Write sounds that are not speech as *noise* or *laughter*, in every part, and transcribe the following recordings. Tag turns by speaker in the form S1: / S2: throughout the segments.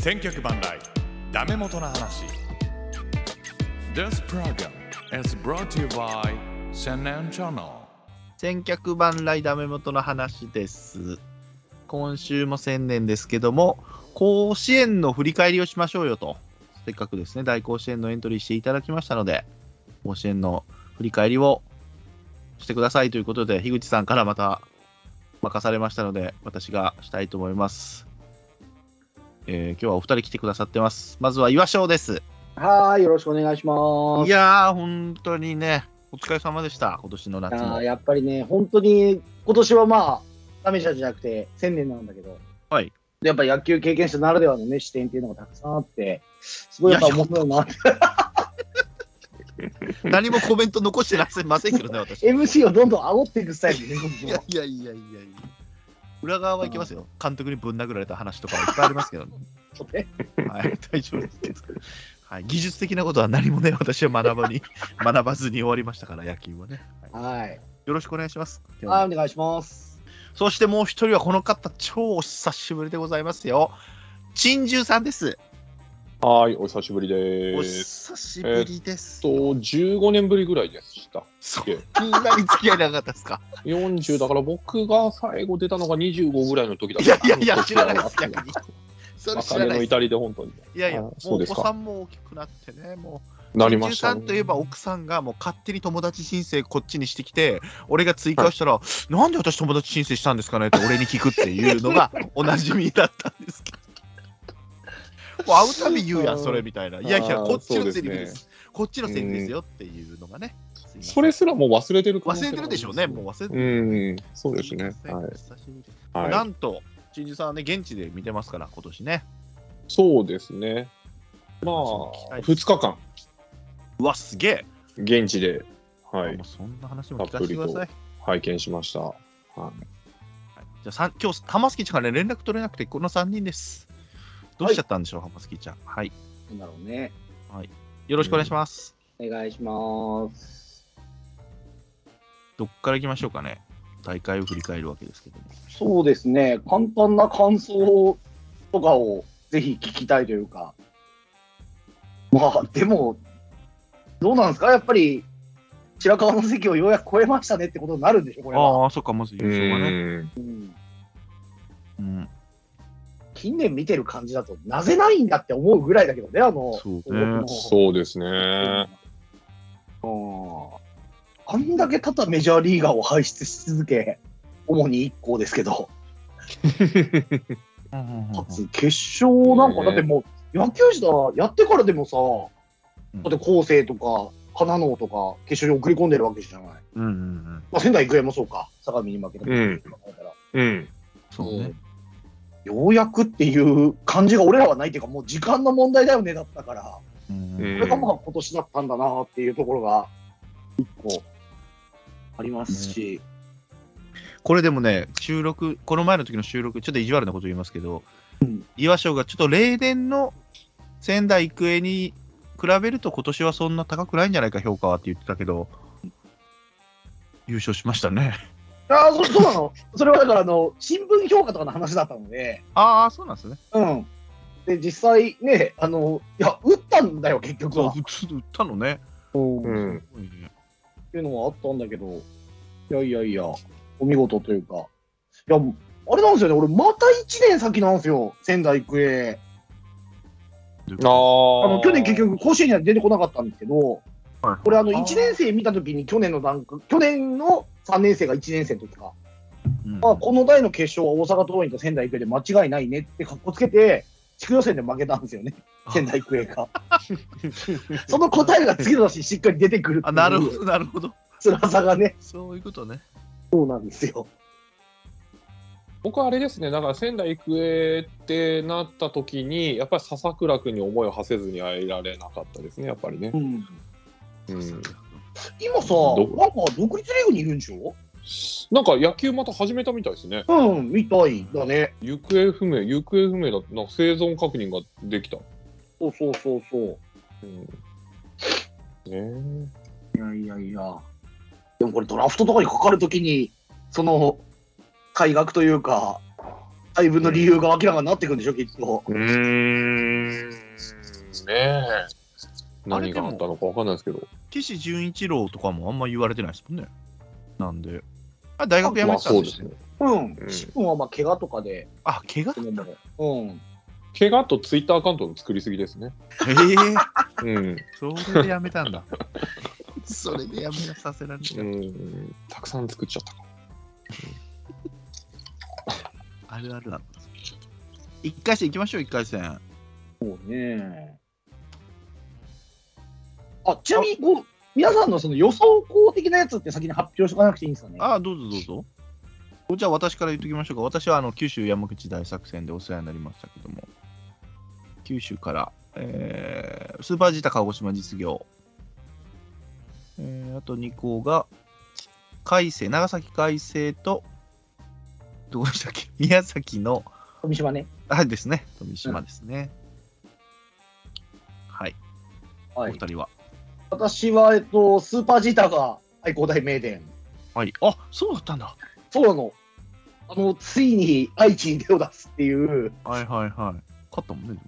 S1: 千脚万来ダメ元の話 This program is brought to you by Senan Channel
S2: 千客万来ダメ元の話です。今週も千年ですけども、甲子園の振り返りをしましょうよと、せっかくですね、大甲子園のエントリーしていただきましたので、甲子園の振り返りをしてくださいということで、樋口さんからまた任されましたので、私がしたいと思います。えー今日はお二人来てくださってます。まずは岩翔です。
S3: はーい、よろしくお願いしま
S2: い
S3: す。
S2: やー、本当にね、お疲れ様でした、今年の夏
S3: あ
S2: も
S3: ー。やっぱりね、本当に今年はまあ、ダメージャーじゃなくて、千年なんだけど、
S2: はい
S3: やっぱ野球経験者ならではのね、視点っていうのがたくさんあって、すごいやっぱ面白いなって、
S2: 何もコメント残してらっしゃいませんけどね、私。
S3: MC をどん *laughs* どん煽っていくスタイルでね、
S2: いやいやいやいやいや裏側はいけますよ。監督にぶん殴られた話とかはいっぱいありますけどね。
S3: 本当ね
S2: はい、大丈夫ですけど。はい、技術的なことは何もね、私は学ばに *laughs* 学ばずに終わりましたから、野球はね。
S3: はい。
S2: よろしくお願いします。
S3: はい、お願いします。
S2: そしてもう一人はこの方、超お久しぶりでございますよ。珍獣さんです。
S4: はーい、お久しぶりで
S2: お
S4: す。
S2: 久しぶりです。
S4: と、15年ぶりぐらいでした。
S2: そんなに付き合いなかったですか
S4: 40、だから僕が最後出たのが25ぐらいの時だ
S2: い
S4: った
S2: や
S4: か
S2: いやいや、
S4: そ
S2: 知
S4: うそ
S2: ら
S4: う
S2: ないです、逆に。それ知ら
S4: 若手
S2: ない
S4: の
S2: です
S4: 至りで本当に。
S2: いやいや、もう
S4: あそう
S2: お
S4: です
S2: 子
S4: か
S2: さんも大きくなってね、もう。
S4: なりました
S2: さ
S4: ね
S2: んといえば奥さんがもう勝手に友達申請こっちにしてきて、俺が追加をしたら、なんで私友達申請したんですかねって俺に聞くっていうのがおなじみだったんですけど。もう会うたび言うやん、それみたいな。いやいや、
S4: *laughs* あー
S2: こっちの
S4: そうです
S2: セ
S4: ね
S2: リフです。こっちのセリフですよっていうのがね。すいません
S4: それすらもう忘れてる可能
S2: 忘
S4: 性
S2: れてるでしょうね、もう忘れて
S4: う
S2: る。
S4: ん、そうですね。
S2: すいま
S4: は
S2: せん久しぶり
S4: い。はい、
S2: なんと、陳治さんはね、現地で見てますから、今年ね。
S4: そうですね。まあ
S2: 期待、
S4: 2日間、
S2: うわ、すげえ。
S4: 現地で、は
S2: も
S4: い、
S2: うそんな話も聞かせてください。
S4: 拝見しました。は
S2: じゃあさん今日浜月ちゃんから連絡取れなくてこの3人です。どうしちゃったんでしょう、浜月ちゃん。はい。
S3: なんだろうね。
S2: よろしくお願いします。
S3: お願いします。
S2: どっから行きましょうかね。大会を振り返るわけですけども。
S3: そうですね、簡単な感想とかをぜひ聞きたいというか、まあ、でも、どうなんですか、やっぱり白河の関をようやく超えましたねってことになるんでしょ、これは。
S2: ああ、そっか、まず
S4: い、
S2: 優
S4: う
S2: 勝がね。
S4: ん、
S3: うん
S2: うん。
S3: 近年見てる感じだと、なぜないんだって思うぐらいだけどね、あの、
S2: そうね
S3: の
S4: そうですね。
S3: あんだけただメジャーリーガーを輩出し続け、主に1校ですけど、かつ決勝なんか、
S4: ね
S3: だってもう、野球児だ、やってからでもさ、だって後世とか、花能とか、決勝に送り込んでるわけじゃない。
S2: うんうんうん。
S3: まあ、仙台育英もそうか、相模に負けた
S4: うん
S3: 考えたら
S4: うん、
S2: そうね。
S3: ようやくっていう感じが俺らはないっていうか、もう時間の問題だよねだったから、こ
S2: うん
S4: うん
S3: れがまあ今年だったんだなっていうところが、一個ありますし、
S2: これでもね、収録、この前の時の収録、ちょっと意地悪なこと言いますけど、岩翔がちょっと例年の仙台育英に比べると、今年はそんな高くないんじゃないか、評価はって言ってたけど、優勝しましたね。
S3: ああ、そそうなの、それはだからあの、新聞評価とかの話だったので、
S2: ああ、そうなんですね。
S3: うん。で、実際ね、あの、いや、打ったんだよ、結局は。
S2: 普通で売ったのね。
S3: うん
S4: うん。
S3: っていうのはあったんだけど、いやいやいや、お見事というか、いや、あれなんですよね、俺、また1年先なんですよ、仙台育英。
S4: あ
S3: あ
S4: の
S3: の去年、結局、甲子園には出てこなかったんですけど、
S2: はい
S3: 俺、あの
S4: あー
S3: 1年生見たときに、去年の段階、去年の3年生が1年生の時か、
S2: うん
S3: まあ、この代の決勝は大阪桐蔭と仙台育英で間違いないねってかっこつけて、地区予選で負けたんですよね、仙台育英が。その答えが次の年、しっかり出てくるって
S2: あ
S3: いう
S2: なるほど、なるほど。
S3: 辛さがね、
S2: そういうことね。
S3: そうなんですよ。
S4: 僕はあれですね、だから仙台育英ってなった時に、やっぱり笹倉君に思いを馳せずにはいられなかったですね、やっぱりね。
S3: うん
S4: うん、
S3: 今さ、
S4: ど
S3: なんか独立リーグにいるんでしょ
S4: なんか野球また始めたみたいですね。
S3: うん、みたいだね。
S4: 行方不明、行方不明だなんか生存確認ができた。
S3: そうそうそうそう。
S4: うん、ね
S3: いやいやいや。でもこれドラフトとかにかかるときに、その、改革というか、配分の理由が明らかになってくるんでしょ、きっと。
S4: うーん、ねえ。
S2: あれ
S4: 何
S2: で
S4: が
S2: も
S4: あったのかわかんないですけど。
S2: 岸純一郎とかもあんま言われてないですもんね。なんで。あ大学辞め
S4: まあ
S2: てたん
S4: そう
S2: で
S4: ですす
S2: ね。
S4: ね。
S3: うん
S4: う。ん
S3: シ君はまあ怪我とかで、
S2: あ、怪我
S3: でもうん。
S4: 怪我とツイッターアカウントの作りすぎですね。
S2: ええ
S4: うん。
S2: それで辞めたんだ。それで辞めさせられた。
S4: うん。たくさん作っちゃったか
S2: あるあるなんです。一回戦行きましょう、一回戦。
S3: そうね。あ、ちなみに、こう、皆さんのその予想校的なやつって先に発表しとかなくていいんですかね。
S2: ああ、どうぞどうぞ。じゃあ私から言っときましょうか。私はあの九州山口大作戦でお世話になりましたけども、九州から、えースーパージータ鹿児島実業、えーあと2校が、海星、長崎海星と、どこでしたっけ宮崎の、
S3: 富島ね。
S2: あ、ですね、富島ですね。はい、お
S3: は
S2: 二
S3: い。
S2: 人は。
S3: 私は、えっと、スーパージーターが愛工大名電。
S2: はい、あそうだったんだ。
S3: そうなの。あの、ついに愛知に手を出すっていう。
S2: はいはいはい。勝ったもんね。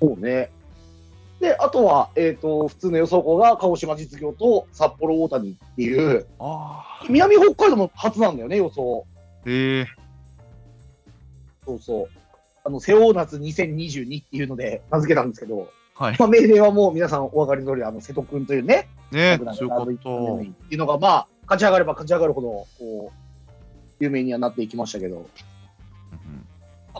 S3: そうね。で、あとは、えっ、と、普通の予想校が鹿児島実業と札幌大谷っていう、
S2: ああ、
S3: 南北海道の初なんだよね、予想。
S2: へえ
S3: そうそう。あの、セオーナツ2022っていうので名付けたんですけど、
S2: はい。
S3: まあ、命令はもう皆さんお分かりの通り、あの、瀬戸君というね、
S2: ね
S3: 僕ら、の
S2: 強
S3: ラ
S2: かっ
S3: ブイットメ
S2: た。
S3: イっていうのが、まあ、勝ち上がれば勝ち上がるほど、こう、有名にはなっていきましたけど、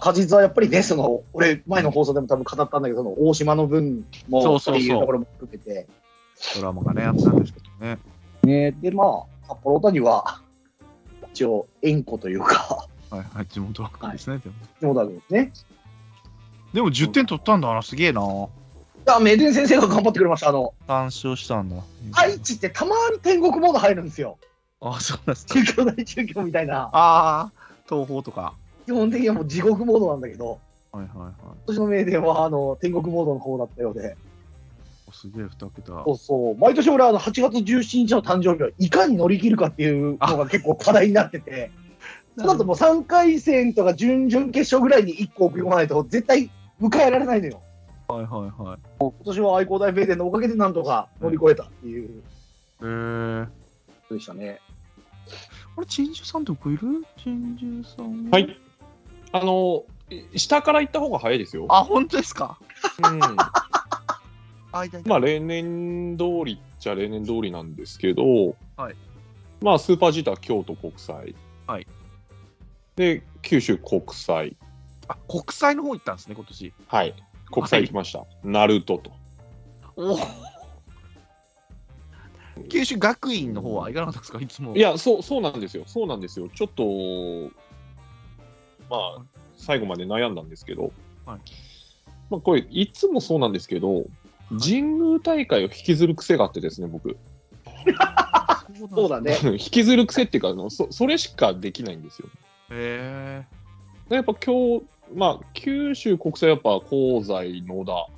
S3: 確実はやっぱりね、その、俺、前の放送でも多分語ったんだけど、その大島の分も、
S2: そうそうそう
S3: っていうところも含めて、
S2: ドラマがね、あったんですけどね。
S3: ね、で、まあ、札幌大谷は、一応、縁故というか、
S2: はいはい、地元ばっかりですね。でも
S3: そうなんですね。
S2: でも10点取ったんだな、すげえな。
S3: あ、名電先生が頑張ってくれました。あの、
S2: 単勝したんだ。
S3: 愛知ってたまに天国モード入るんですよ。
S2: あ、そうなんですか。
S3: 中京大中京みたいな。
S2: ああ、東宝とか。
S3: 基本的にはもう地獄モードなんだけど、
S2: はいはいはい。
S3: 今年の名電は、あの、天国モードの方だったようで、
S2: おすげえ、2桁
S3: そ。うそう、毎年俺、あの、8月17日の誕生日をいかに乗り切るかっていうのが結構課題になってて、その後もう3回戦とか準々決勝ぐらいに1個送り込まないと、絶対迎えられないのよ。
S2: はいはいはい。
S3: 今年は愛工大名電のおかげでなんとか乗り越えたっていう
S2: えー、
S3: ことでしたね。
S2: あれ、珍珠さんとこいる珍珠さん。
S4: ら。は。い。あの、い下から行った方が早いですよ。
S2: あ、本当ですか。
S4: うん。
S2: あ、いたいた
S4: まあ、例年通りっちゃ例年通りなんですけど、
S2: はい
S4: まあ、スーパージーター京都国際。
S2: はい
S4: で、九州国際。
S2: あ国際の方行ったんですね、今年。
S4: はい。国際行きました。ナルトと。
S2: お九州学院の方は行かなかったですか、いつも。
S4: いや、そう、そうなんですよ。そうなんですよ。ちょっと、まあ、最後まで悩んだんですけど、
S2: はい
S4: まあ、これ、いつもそうなんですけど、神宮大会を引きずる癖があってですね、僕。
S3: そうだ
S2: ね。
S3: ね。
S4: 引きずる癖っていうかあのそ、それしかできないんですよ。
S2: へ
S4: でやっぱ今日、まあ、九州国際はやっぱ、香西、野田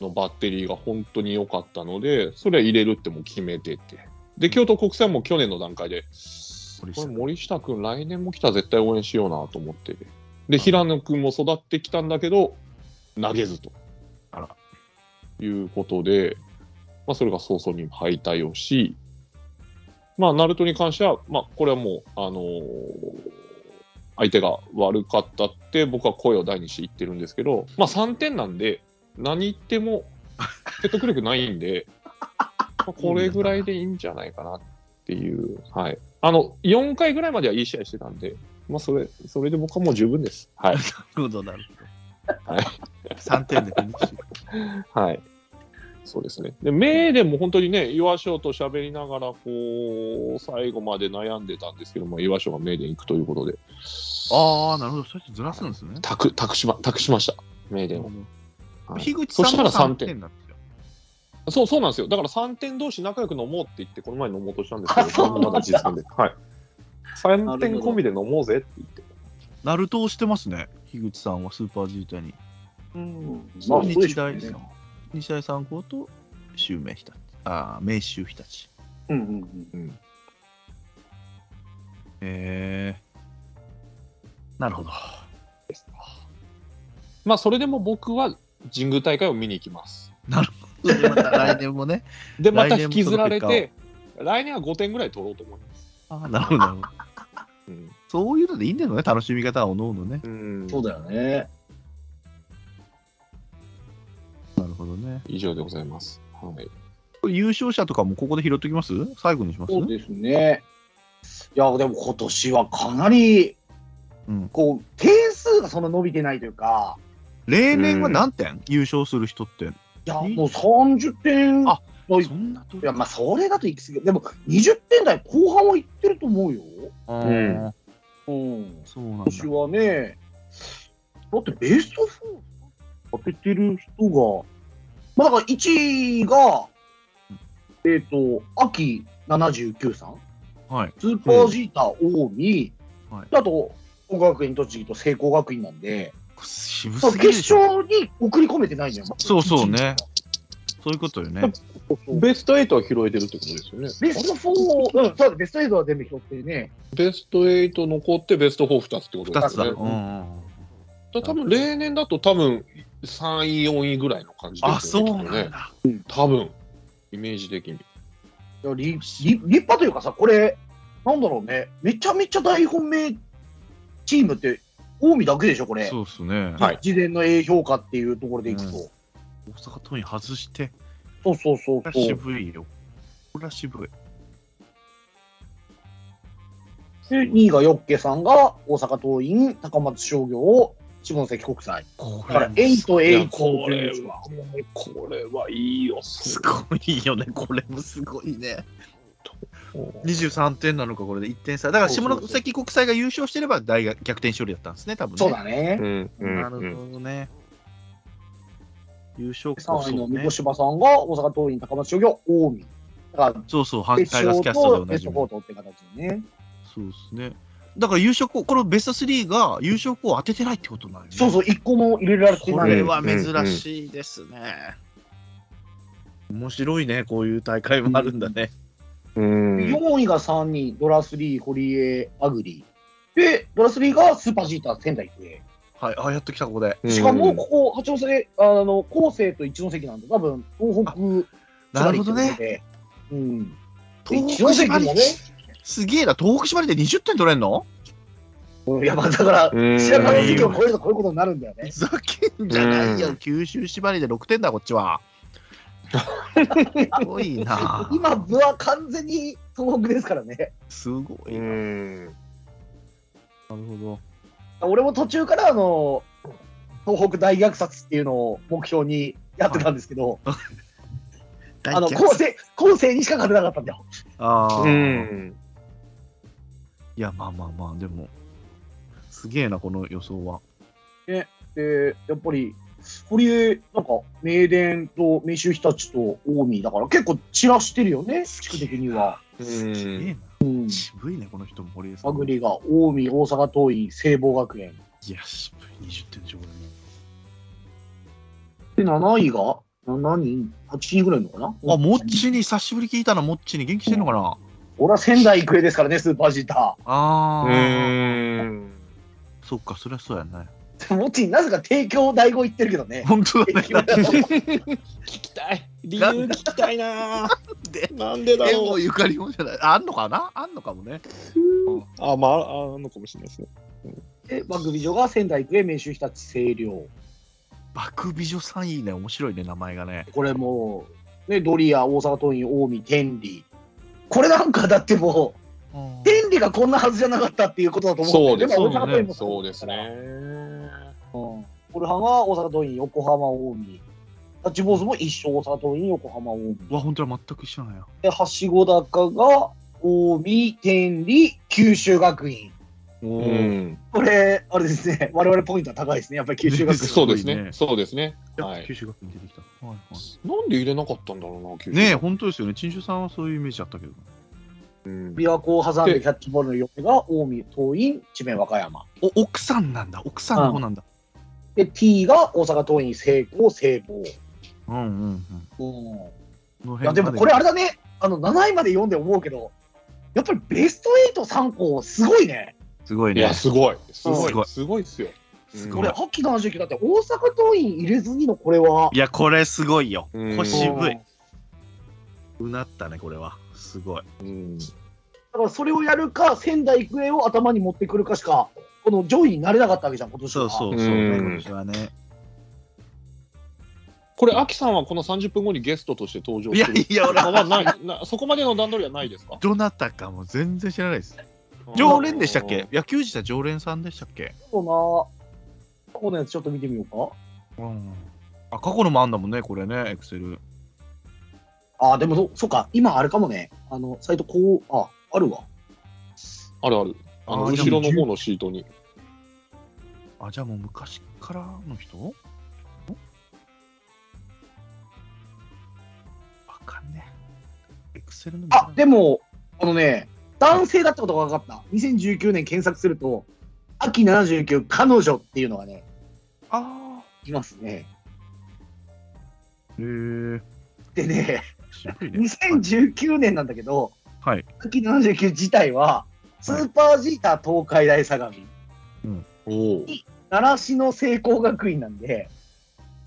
S4: のバッテリーが本当に良かったので、それは入れるってもう決めてて。で、京都国際も去年の段階で、
S2: 森
S4: こ
S2: 下
S4: れ森下君、来年も来たら絶対応援しようなと思ってて。で、平野君も育ってきたんだけど、投げずと。
S2: あら
S4: いうことで、まあ、それが早々に敗退をし、まあ、ナルトに関しては、まあ、これはもう、あのー相手が悪かったって、僕は声を大にして言ってるんですけど、まあ、3点なんで、何言っても説得力ないんで、まあこれぐらいでいいんじゃないかなっていう、はい。あの、4回ぐらいまではいい試合してたんで、まあ、それ、それで僕はもう十分です。はい。
S2: なるほど、なる *laughs* ほど。
S4: はい
S2: 3点でフィニッシュ。
S4: はい。そうですね。で、名でも本当にね、岩章と喋りながら、こう、最後まで悩んでたんですけども、岩章が名電行くということで、
S2: ああ、なるほど。そうやってずらすんですね。
S4: 託託しま、託しました。名電を。はい
S2: 樋口さんも
S4: そしたら
S2: 3
S4: 3
S2: 点
S4: 点
S2: なんですよ。
S4: そう、そうなんですよ。だから3点同士仲良く飲もうって言って、この前飲もうとしたんですけど、
S3: あそう
S4: これもまだ実現で。はい。3点込みで飲もうぜって言って。
S2: ナルトをしてますね。樋口さんはスーパージータに。
S4: うん
S3: まあ、そうで
S2: 日
S3: しょう
S2: 大、
S3: ね。
S2: 日大三高と襲名日立。ああ、明秀日立。
S3: うんうんうん。
S2: へえ。なるほど。
S4: まあ、それでも僕は神宮大会を見に行きます。
S2: また来年もね。
S4: で、また
S2: 来年
S4: 引
S2: も
S4: きずられ
S2: その
S4: て、来年は5点ぐらい取ろうと思います。
S2: *laughs* ああ、なるほどなるほど。
S4: うん
S2: そういうのでいいんだよね、楽しみ方はおのおのね。
S3: そうだよね。
S2: なるほどね。
S4: 以上でございます。はい、
S2: これ優勝者とかもここで拾ってきます最後にします
S3: そうですね。いや、でも今年はかなり、
S2: うん
S3: こう、点数がそんな伸びてないというか、
S2: 例年は何点、優勝する人って。
S3: いや、
S2: うん
S3: もう30点、
S2: あ
S3: はい
S2: そんなと
S3: いや、まあ、それだと行き過ぎる。でも、20点台後半はいってると思うよ。
S2: あ
S4: う
S2: ー
S3: うん。
S2: そうなんだ
S3: 今年。はね、だってベスト4当ててる人が、まあ、だから1位が、えっ、と、秋79さん。
S2: はい。
S3: スーパージーター近江、
S2: はい
S3: あと、工学院栃木と聖光学院なんで、
S2: 渋
S3: そう
S2: すぎるでし
S3: 決
S2: ょ。
S3: 勝に送り込めてないじゃん。
S2: そうそうね。そういうことよね。
S3: そうそう
S4: ベスト8は拾えてるってことですよね。
S3: ベスト4、うん、そうだベスト8は全部拾ってね、
S4: ベスト8残ってベスト4、2つってこと
S2: 二
S4: で
S2: つ
S4: す
S2: だ。
S4: よ
S2: うん
S4: ね。
S2: うんうん。
S4: だ多分例年だと多分3位、4位ぐらいの感じですよね。
S2: あ、そうなん
S4: きっとね。
S2: だ。
S4: 多分イメージ的に。
S3: いやりり立派というかさ、これ、なんだろうね、めちゃめちゃ大本命チームって、近江だけでしょ、これ。
S2: そうですね。
S4: はい
S3: 事前の A 評価っていうところでいくと、
S2: うん大阪桐蔭外して、
S3: そうそうそう
S2: これは
S3: そう。
S2: 渋いよ。これは渋い。
S3: で、2位がヨッケさんが大阪桐蔭、高松商業、下関国際。
S2: こ
S3: だから、エイト、
S4: い
S3: エ
S4: や
S3: イト、
S4: これは、これはいいよ。
S2: すごいよね、これもすごいね。23点なのか、これで1点差。だから
S4: そうそうそう
S2: 下関国際が優勝してれば大逆転勝利だったんですね、多分ね。
S3: そうだね
S4: う。んうん
S2: な
S4: う
S2: る
S4: ん
S2: ほどね。優勝こ
S3: 3位
S2: そ
S3: の
S2: ね
S3: 三。島さんが大阪桐蔭、高松商業、近江。だか
S2: そうそう、
S3: ら、
S2: 反
S3: 決
S2: タイガースキャ
S3: 勝
S2: ストで
S3: と
S2: お
S3: ベ
S2: な
S3: ス
S2: じ
S3: ト
S2: み。
S3: 4とって形でね。
S2: そうですね。だから優勝校、このベスト3が優勝校を当ててないってことなんよね。
S3: そうそう、1個も入れられて
S2: こ
S3: な
S2: れ
S3: い。
S2: は珍しいですね。面白いね、こういう大会もあるんだね。
S4: うん
S3: 4位が3人、ドラ3、堀江、アグリ。で、ドラ3がスーパージーター、仙台育英。
S2: はい、あ、やっと来た、ここで。
S3: しかも、ここ、八王子で、あの、後世と一ノ関なんで、多分、東北、
S2: なるほど
S3: 縛
S2: ね。
S3: りってことで。うん。で
S2: 東
S3: 一ノ
S2: 北
S3: 関
S2: 縛り
S3: もね、
S2: すげえな、東北縛りで20点取れんの
S3: うんいや、まあ、だから、
S4: うん
S3: 白川関を超えるとこういうことになるんだよ
S2: ふ
S3: ね。
S2: ざけんじゃないよ、
S4: うん
S2: 九州縛りで6点だ、こっち *laughs* は。すごいな。
S3: 今、部は完全に東北ですからね。
S2: すごい。
S4: う
S2: なる
S4: ん
S2: ほど。
S3: 俺も途中から、あの、東北大虐殺っていうのを目標にやってたんですけど、あの、後世、後世にしか勝てなかったんだよ。
S2: ああ、
S4: うん
S2: いや、まあまあまあ、でも、すげえな、この予想は。
S3: で、やっぱり、堀江、なんか、名電と明秀日立と近江だから、結構散らしてるよね、地区的には。
S4: うん
S2: すげえな。
S3: うん。
S2: 渋いね、この人も、堀江さん
S3: ア
S2: も。
S3: グリが近江、大阪桐蔭、聖望学園。
S2: いや、渋い、20点でしょ、これも。
S3: で、7位が7人 ?8 人ぐらいいるのかな
S2: あ、もっちに、久しぶり聞いたな、もっちに、元気してんのかな。
S3: 俺は仙台育英ですからね、スーパージータ
S2: ああ、
S4: うん
S2: そっか、そりゃそうやね。
S3: ー。もちなぜか帝京第五行ってるけどね。
S2: 本当
S3: *laughs*
S2: だね。 *laughs*
S4: 聞きたい理由聞きたいな
S2: で
S4: なんでだ
S2: 縁も
S4: ろう
S2: ゆかりもじゃない。ああんのかなあんのかもね。
S4: あまああんのかもしれないですね
S3: で、番組上が仙台育英、明秀日立、星稜。
S2: 爆美女さんいいね。面白いね、名前がね。
S3: これもう、ね、ドリア、大阪桐蔭、近江、天理。これなんかだってもう、天理がこんなはずじゃなかったっていうことだと思
S4: そううです
S3: も
S4: ね
S3: 大阪桐蔭も
S4: そうですね。
S3: うんコルハンは大阪桐蔭、横浜、近江。タッチボーズも一緒、大阪桐蔭、横浜、近江。
S2: うわ、本当は全く一緒なんや。
S3: で、はしご高が、近江、天理、九州学院。
S2: お
S4: う
S2: ー
S4: ん
S3: これ、あれですね、我々ポイントは高いですね、やっぱり九州学院。
S4: そうです
S2: すごい
S4: ね
S2: ね
S4: そうですねは
S2: やっぱ
S4: い
S2: 九州学院出てきた。はいはい
S4: なんで入れなかったんだろうな九州
S2: ねえ、本当ですよね。陳州さんはそういうイメージだったけど。
S4: うん
S3: 琵琶湖を挟んでキャッチボールの嫁が近江、桐蔭、智弁和歌山。
S2: お、奥さんなんだ。奥さんの方なんだ。
S3: で、T が大阪桐蔭、聖光、聖望。
S2: うんうんうん。
S3: うん
S2: この
S3: いや、
S2: 辺
S3: でもこれあれ
S2: れ
S3: だね、あの、7位まで読んで思うけど、やっぱりベスト8、3校、すごいね。
S2: すごい
S4: い
S2: ね
S4: や、。すごい。すご
S2: すごい
S4: い。すごいっすよ。
S2: す
S3: こ
S2: ごい
S3: れ、秋の時期だって大阪桐蔭入れずにのこれは。
S2: いや、これすごいよ。
S4: うん
S2: これ渋い
S3: う
S2: う
S3: ん。
S2: なったね、これは。すごい。
S4: うん
S3: だからそれをやるか、仙台育英を頭に持ってくるかしか、この上位になれなかったわけじゃん、今年
S2: そ
S3: は。
S2: うそうそうう、
S4: ん
S2: ね、今年はね。
S4: これ、アキさんはこの30分後にゲストとして登場
S2: いや
S4: する
S2: いや、俺
S4: のはないなそこまでの段取りはないですか
S2: どなたかも全然知らないです。常連でしたっけ野球自体常連さんでしたっけ
S3: そうな。過去のやつちょっと見てみようか。
S2: うん。あ、過去のもあんだもんね、これね、エクセル。
S3: ああ、でもそ、そうか、今あれかもね。あの、サイトこう、あ、あるわ。
S4: あるある。あの
S2: あー
S4: 後ろの方のシートに。
S2: あ、じゃあもう昔からの人んわかんねえ。エクセルの
S3: あ、でも、あのね、男性だってことが分かった。2019年検索すると、秋79彼女っていうのがね、
S2: あ
S3: いますね。
S2: ーへえ。
S3: でね、
S2: 渋いね。
S3: 2019年なんだけど、
S2: はい。
S3: 秋79自体は、スーパージーター東海大相模、
S4: お
S3: 習志野聖光学院なんで、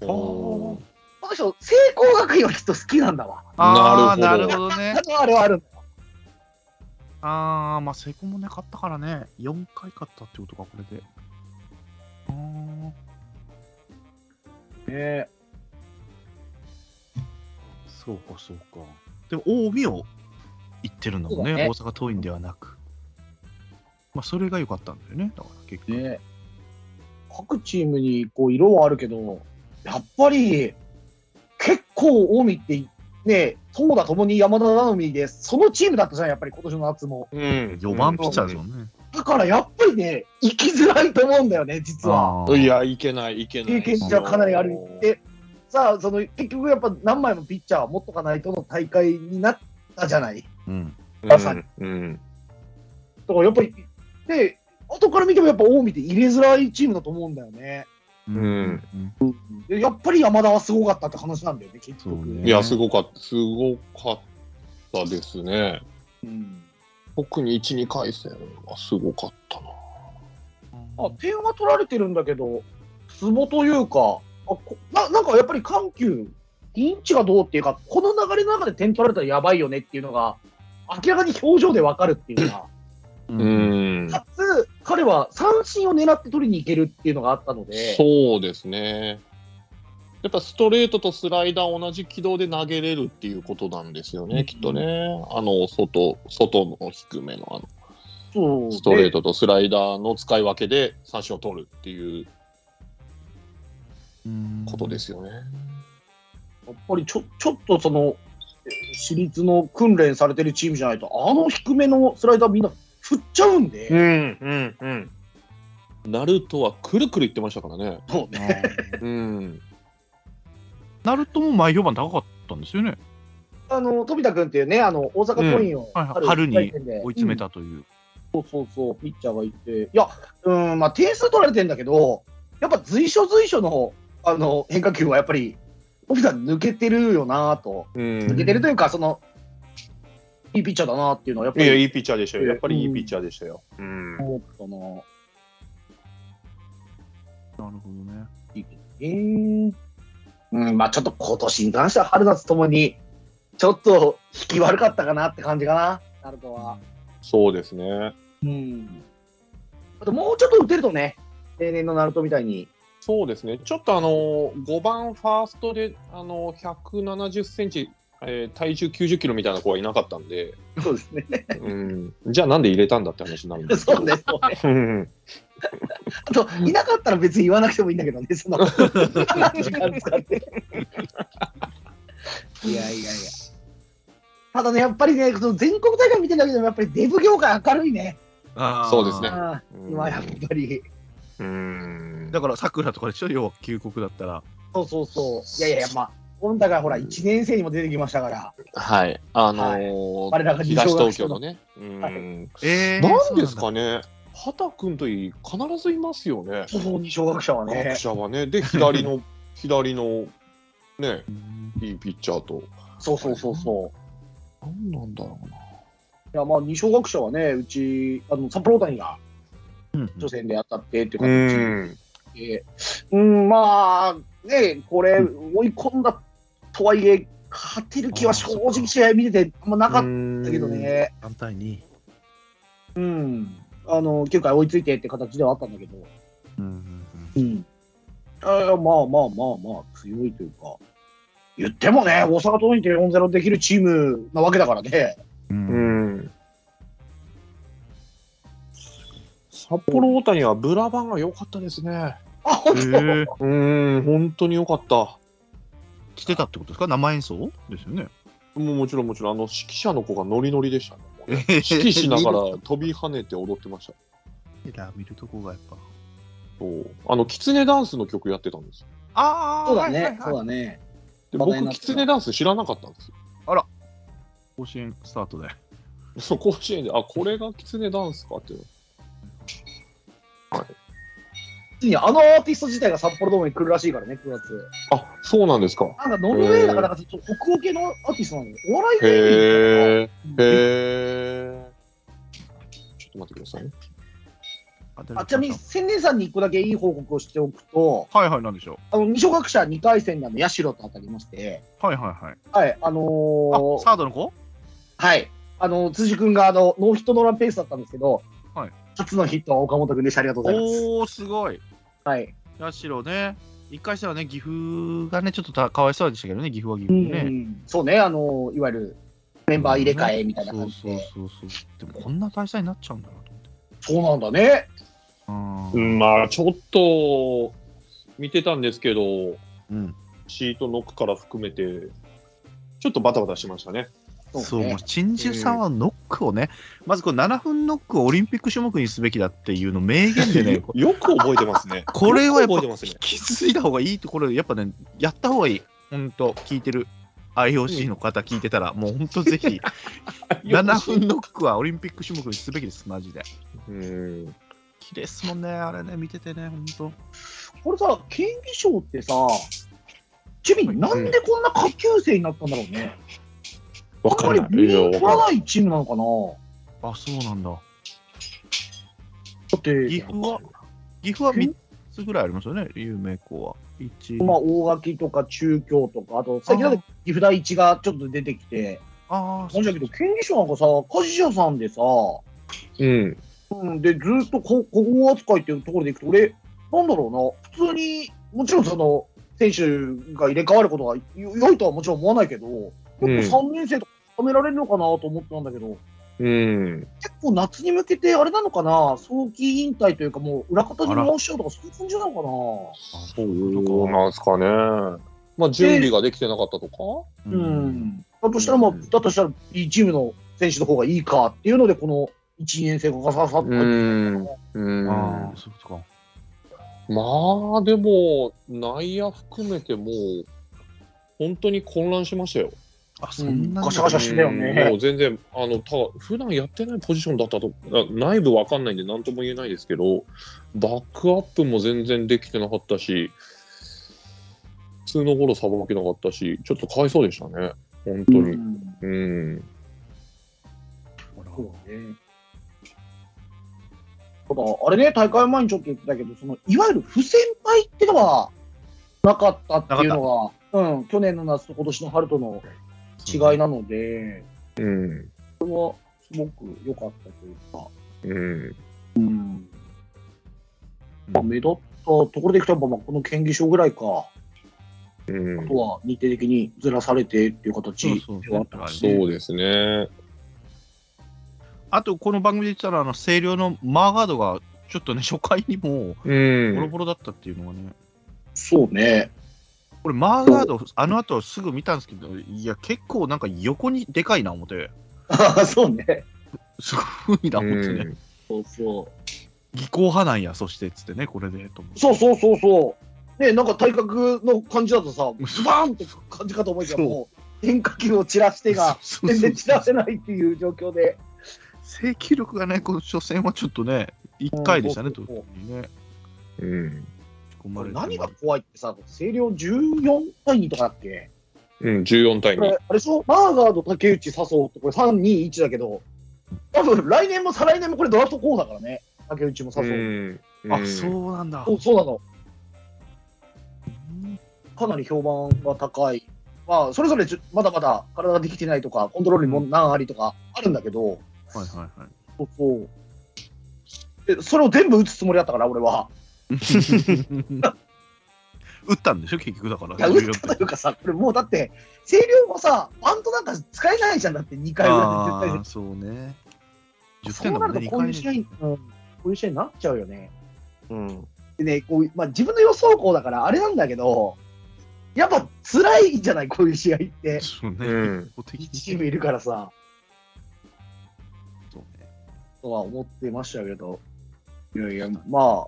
S4: お。
S3: この人、聖光学院はきっと好きなんだわ。
S2: あーなる
S4: なる
S2: ほ
S4: ほ
S2: どね
S3: あ。のあれはあるんだ。
S2: ああ、まあ、セコもね、買ったからね、4回買ったってことか、これで。あー
S3: ね
S2: そうか、そうか。でも、近江を行ってるんだもんね、
S3: そうだね
S2: 大阪桐蔭ではなく。まあ、それが良かったんだよね、だから結局。
S3: ね各チームにこう色はあるけど、やっぱり結構近江って、ね、投打ともに山田頼みで、そのチームだったじゃん、やっぱり今年の夏も。
S4: うん
S2: 4番ピッチャーですもんね。
S3: だからやっぱりね、行きづらいと思うんだよね、実
S2: あ
S3: は。
S4: う
S2: ー
S4: んい、や、いけない、いけない。
S3: 経験値はかなりあるで、さあ、その結局やっぱ何枚もピッチャーは持っとかないとの大会になったじゃない。
S2: うん。
S3: まさに
S4: うん。うん
S3: だからやっぱり、で、後から見てもやっぱ近江って入れづらいチームだと思うんだよね。
S2: うん
S4: うん
S3: でやっぱり山田はすごかったって話なんだよね、結
S2: そう
S3: 局。
S2: ね
S4: いや、すごかった、すごかったですね。
S3: うん
S4: 特に1、2回戦はすごかったな。
S3: あ点は取られてるんだけど、ツボというか、あこななんかやっぱり緩急、インチがどうっていうか、この流れの中で点取られたらやばいよねっていうのが、明らかに表情で分かるっていうか、
S2: う。
S4: うんん。
S3: かつ、彼は三振を狙って取りに行けるっていうのがあったので、
S4: そうですね。やっぱストレートとスライダー同じ軌道で投げれるっていうことなんですよね、
S3: うん
S4: きっとね。あの外外の低めのあの
S3: そう
S4: ストレー
S3: ト
S4: トとスライダーの使い分けで三振を取るっていう
S2: うん
S4: ことで。すよね。
S3: やっぱりちょちょっとその、え私立の訓練されてるチームじゃないと、あの低めのスライダーみんな振っちゃうんで、
S4: んうんうん。ナルトはくるくる言ってましたからね。
S3: そう
S2: あ
S3: ね
S2: ー
S3: *laughs*
S4: うん。
S2: ナルトも前評判高かったんですよね、
S3: あの飛田君っていうね、あの大阪桐蔭を
S2: はいはい春に
S3: 一回戦で
S2: 追い詰めたという。
S3: そうそうそう、ピッチャーがいて、いや、うーん、まあ、点数取られてんだけど、やっぱ随所随所のあの変化球はやっぱり、オフィ抜けてるよなと、
S4: うん
S3: 抜けてるというか、その、いいピッチャーだなっていうのは、やっぱ
S4: いや、い
S3: り
S4: いピッチャーでしたよ。やっぱりいいピッチャーでしたよ。うん。
S3: 思ったな。
S2: なるほど
S4: *laughs*
S2: ね。
S3: えーうん、まあ、ちょっと今年に関しては、春夏ともに、ちょっと引き悪かったかなって感じかな、なるとは。
S4: そうですね。
S3: うん。あと、もうちょっと打てるとね、例年のナルトみたいに。
S4: そうですね。ちょっとあの5番ファーストであの170センチ、えー体重90キロみたいな子はいなかったんで、
S3: そうですね。
S4: うん、じゃあなんで入れたんだって話になるんですけど。
S3: *laughs* そうね、 *laughs* そうね。
S4: うん
S3: あと、いなかったら別に言わなくてもいいんだけどね、その、時間使って。いやいやいや。ただね、やっぱりね、その全国大会見てるだけでも、やっぱりデブ業界明るいね。
S2: あー
S4: そうですね
S3: あー今やっぱり。
S4: うん。
S2: だから、さくらとかでしょ、要は旧国だったら。
S3: そうそうそう。いやいやいや、まあ、今大会ほら、1年生にも出てきましたから、
S4: はい。あのー
S3: 我らが二松
S4: 東
S3: 学
S4: 東
S3: 舎
S4: 京
S3: の
S4: のね。うん。
S3: は
S2: え
S4: なんです
S2: そう
S4: かね。畑君といい必ずいますよね。
S3: そうそう、二小学者はね
S4: 学。者はね。で
S3: *laughs*
S4: 左の左のね
S2: なんだ
S4: いいピッチャーと。
S3: そうそうそうそう。
S4: なんなんだろうな。
S3: いや、まあ、二小学者はね、うち、あの、札幌大谷が
S2: うん
S3: 初戦で当たってって
S4: う
S3: 形
S4: ん。
S3: で、うん、まあ、ね、これ、追い込んだとはいえ、勝てる気は正直試合見てて、あんまなかったけどね、
S2: 3対2。
S3: うん、あの9回追いついてって形ではあったんだけど、
S2: うんうん
S3: うん、あーまあまあまあまあ、強いというか、言ってもね、大阪桐蔭って4-0できるチームなわけだからね、
S2: うん
S4: う
S2: うん
S4: ん。札幌大谷はブラバンが良かったですね。
S3: あ本当
S2: へえ
S4: うん、本当に良かった。
S2: 来てたってことですか生演奏ですよね。
S4: もうもちろんもちろん、あの、指揮者の子がノリノリでしたね。
S2: 指
S4: *laughs* 指揮しながら飛び跳ねて踊ってました。
S2: 見るとこがやっぱ。
S4: そうあの、キツネダンスの曲やってたんですよ。
S2: ああ
S3: そうだね、そうだね。
S4: で
S3: 話題に
S4: 僕、
S3: なっ
S4: キ
S3: てた
S4: ツネダンス知らなかったんですよ。
S2: 甲子園スタートで。
S4: そう、甲子園で、あ、これがキツネダンスかって。
S3: ついにあのアーティスト自体が札幌ドームに来るらしいからね、9月。
S4: あ、そうなんですか。
S3: なんかノルウェーだからなんかちょっと北欧系のアーティストなのよお笑い
S4: へ
S3: 芸人
S4: え。へえ。ちょっと待ってくださいね。
S3: あちなみに
S2: は
S3: 千年さんに一個だけいい報告をしておくと、
S2: いはい、なんでしょ
S3: あの二小学者2回戦であの社と当たりまして、
S2: う。はいはいはい。
S3: はい、あの
S2: あ、
S3: ー
S2: サードの子
S3: はい、あの辻君があのノーヒットノーランペースだったんですけど、
S2: はい
S3: 初のヒットは岡本君でした。ありがとうございます。
S2: おー、すごい。
S3: はい、
S2: 社ね、一回したらね、岐阜がね、ちょっとたかわいそうでしたけどね、岐阜は岐
S3: う
S2: 阜
S3: ん
S2: でね。
S3: そうね、あのーいわゆるメンバー入れ替えみたいな
S2: そ
S3: 感
S2: う
S3: じ
S2: そう
S3: で、
S2: そうそう。でもこんな大差になっちゃうんだなと
S3: そうなんだね。
S2: 思って。
S4: うん、まあ、ちょっと、見てたんですけど、
S2: うん。
S4: シートノックから含めて、ちょっとバタバタしましたね。
S2: そう、も
S3: ね
S2: う、珍獣さんはノックをね、まずこの7分ノックをオリンピック種目にすべきだっていうの名言で
S4: *laughs*
S2: ね、こ
S4: よく覚えてますね。
S2: これはやっぱ
S4: よく覚えてますね
S2: 引。き継いだ方がいいところで、やっぱね、やった方がいい。ほんと、聞いてる IOC の方聞いてたら、もうほんとぜひ、7分ノックはオリンピック種目にすべきです、マジで。
S4: うん。
S2: 綺麗ですもんね、あれね、見ててね、ほんと。
S3: これさ、県議賞ってさ、チビ、なんでこんな下級生になったんだろうね。
S4: わ
S3: やっぱり部員取らないチームなのかな
S2: あ、そうなんだ。
S3: だって、
S2: 岐阜は、岐阜は3つぐらいありますよね、有名校は。一
S3: まあ、大垣とか中京とか、あと、先ほど岐阜第一がちょっと出てきて、
S2: ああ、
S3: なんだけど、県議賞なんかさ、梶谷さんでさ、
S4: うん。
S3: うん、で、ずっとこ古豪扱いっていうところでいくと、俺、なんだろうな、普通に、もちろんその、選手が入れ替わることがよ良いとはもちろん思わないけど、
S4: うん
S3: 結構3年生とか認められるのかなと思ってたんだけど、
S4: うん。
S3: 結構夏に向けて、あれなのかな、早期引退というか、もう裏方に回しちゃうとか、そういう感じなの
S4: そうなんですかね。まあ、準備ができてなかったとか
S2: う
S3: かな。うん。だとしたら、まあ、
S4: うん
S3: だとしたら、B チームの選手の方がいいかっていうので、この1、2年生がガサガサっと入って
S4: ん。うん
S2: ああ、そういうことか。
S4: まあ、でも、内野含めてもう、本当に混乱しましたよ。
S2: あ、そんな
S3: うんガシャガシャしてたよね
S4: うんもう全然、あの、た普段やってないポジションだったと、あ内部わかんないんで何とも言えないですけど、バックアップも全然できてなかったし、普通のゴロさばけなかったし、ちょっとかわいそうでしたね、本当
S3: う
S4: に。
S3: ん
S4: うん。
S3: そうね。ただ、あれね、大会前にちょっと言ってたけど、そのいわゆる不先輩ってのはなかったっていうのが、うん、去年の夏と今年の春との違いなので、
S4: うん。
S3: すごく良かったというか。
S4: うん。
S3: うんまあ、目立ったところでいくと、まあ、この県議賞ぐらいか、
S4: う
S3: あ
S4: ん
S3: と。は日程的にずらされてっていう形
S2: そうそう
S3: ではあったか
S2: そ
S3: ね
S4: そうですね。
S2: あと、この番組で言ったら、あの、星稜のマーガードが、ちょっとね、初回にも
S4: う
S2: う、ボロ
S4: ん。
S2: ボロだったっていうのがね。
S3: そうね。
S2: これ、マーガード、あの後すぐ見たんですけど、いや、結構なんか横にでかいな、思って。
S3: そうね。
S2: すごいな、思ってね。
S3: そうそう。
S2: 技巧派なんや、そして、つってね、これで、と思って
S3: そうそうそうそう。ねなんか体格の感じだとさ、
S2: *laughs*
S3: バーンって感じかと思いきや、
S2: そう
S3: もう変化球を散らしてが、
S2: そうそうそう
S3: 全然散らせないっていう状況で。
S2: 制球力がね、この初戦はちょっとね、1回でしたね、
S3: うん
S2: と
S3: そう
S2: に
S3: そうそう
S2: ね。
S4: うん。
S2: 仕込まれて
S3: 何が怖いってさ、星稜14対2とかだっけ
S4: うん。14対
S3: こ
S4: 2
S3: れ。あれでしょマーガード、竹内、笹生ってこれ3、2、1だけど、多分来年も再来年もこれドラフト候補だからね。竹内も
S4: う
S3: 誘う。
S4: ん。
S2: あ、そうなんだ。
S3: そうそうなの。かなり評判が高い。まあ、それぞれじゅまだまだ体ができてないとか、コントロールにも難ありとかあるんだけど、
S2: はいはいはい。
S3: そうそう。でそれを全部打つつもりだったから、俺は。
S2: *laughs* 打ったんでしょ、結局だから。
S3: いや、打ったというかさ、これもうだって、星稜もさ、バントなんか使えないじゃんだって、2回ぐら
S2: あ
S3: いで絶対
S2: ーそうね。10
S3: そう
S2: 点だ
S3: な
S2: もん
S3: る
S2: ね、
S3: と
S2: 2
S3: こうい
S2: 回
S3: う試合、
S2: ね。
S3: うん、こういう試合になっちゃうよね。
S4: うん。
S3: でね、こうまあ、自分の予想校だからあれなんだけど、やっぱ辛いじゃない、こういう試合って。
S2: そうね。
S4: うん
S2: 一方的に
S3: 1チームいるからさ、
S2: そうね
S3: とは思ってましたけど、いやいや、まあ、ま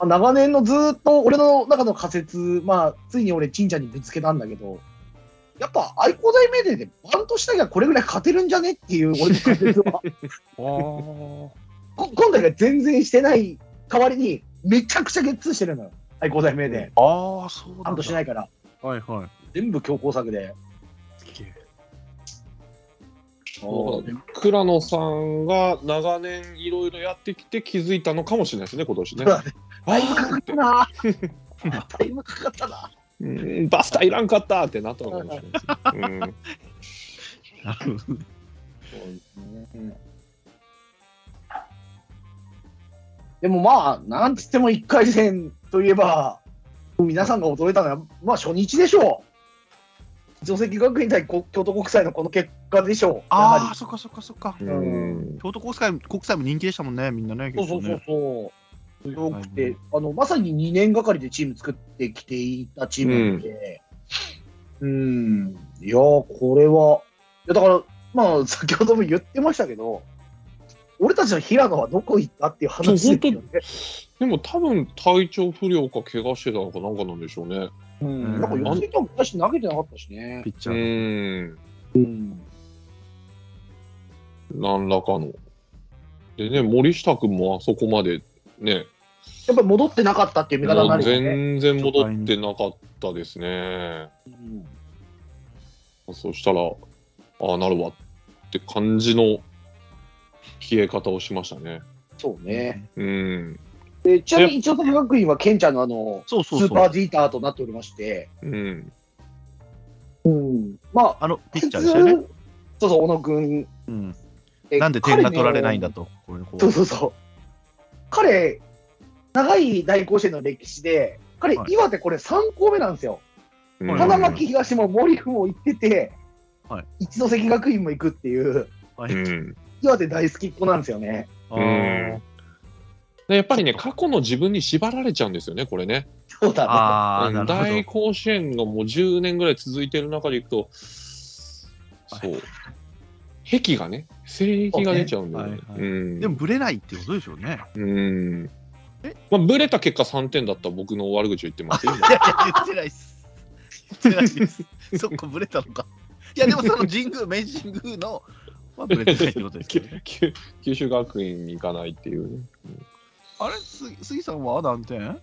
S3: あ長年のずっと俺の中の仮説、まあ、ついに俺、ちんちゃんにぶつけたんだけど、やっぱ愛工大名電でバントしなきゃこれぐらい勝てるんじゃねっていう俺の仮説は。こ今大会全然してない代わりに、めちゃくちゃゲッツーしてるのよ、愛工大名電。
S2: ああ、そう
S3: バ
S2: な
S3: ン
S2: ん
S3: ト
S2: だ。
S3: しないから、
S2: はいはい。
S3: 全部強攻策で。
S4: そうだね倉野さんが長年いろいろやってきて気づいたのかもしれないですね、今年ね。
S3: そうだね
S4: あ
S3: タイムかかったな。 *laughs* タイムかかったな。
S4: うんバスターいらんかったってなったのかもしれないですね。
S2: なるほどね
S3: でもまあ、なんつっても1回戦といえば、皆さんが驚いたのは、まあ初日でしょう。定石学院対こ京都国際のこの結果でしょう。
S2: ああ、
S3: や
S2: そっかそっかそっか。
S4: う
S2: 京
S4: んうん
S2: 都国際国際も人気でしたもんね、みんなね。
S3: はりそうそう
S2: 結構
S3: そう
S2: ね
S3: そう。よくて、
S2: はい
S3: あのまさに2年がかりでチーム作ってきていたチームなんで、うん、いやー、これは、いやだから、まあ、 *laughs* 先ほども言ってましたけど、俺たちの平野はどこ行ったっていう話ですよね。
S4: でも多分体調不良か怪我してたのかなんかなんでしょうね。
S3: うん、なんか寄せても昔投げてなかったしね
S2: ピ。ッチ
S4: う
S2: ャー
S4: ん。
S3: うん。
S4: 何らかの。でね、森下君もあそこまでね、
S3: やっぱり戻ってなかったっていう見方に
S4: も
S3: な
S4: う
S3: るよね。
S4: 全然戻ってなかったですね。
S3: うん
S4: そしたら、ああ、なるわって感じの消え方をしましたね。
S3: そうね。
S4: うん。
S3: でちなみに一応大学院はケンちゃんのあの
S2: そうそう
S3: ス
S2: そ
S3: ーパー
S2: う。
S3: ディーターとなっておりまして、
S4: うん。
S3: うん、まあ
S2: あの、ピッチャーで
S3: 普
S2: した
S3: 通
S2: よね。
S3: そうそう、小野君。
S2: うん
S3: え
S2: なんで点が取られないんだと。これこう
S3: 彼ねそうそうそう。彼、長い大甲子園の歴史で、彼、
S2: はい
S3: 岩手これ3校目なんですよ。
S2: はい
S3: 花巻東も森府も行ってて、
S2: はい
S3: 一関学院も行くっていう、
S2: は
S4: う
S2: い
S4: ん。
S3: 岩手大好きっ子なんですよね。
S2: あー
S4: でやっぱりね、過去の自分に縛られちゃうんですよね、これね。
S3: そうだ
S2: あ
S4: う
S2: ー、
S4: ん
S2: なる
S4: 大甲子園がもう10年ぐらい続いてる中でいくと、そう、壁がね、性癖が出ちゃうんだよね。
S2: そうねはいは
S4: う
S2: い
S4: ん
S2: ほど。でも、ぶれないってことでしょうね。
S4: うん
S2: え
S4: まあ、ブレた結果3点だった僕の悪口を言ってますよ。
S2: いやいや、言ってないっす。言ってないです。そっか、ぶれたのか。いや、でもその神宮、明治神宮の、まあ、ぶれてないってことですよね。
S4: *laughs* 九九州学院に行かないっていうね。
S2: あれ、す杉さんは何点
S3: ね。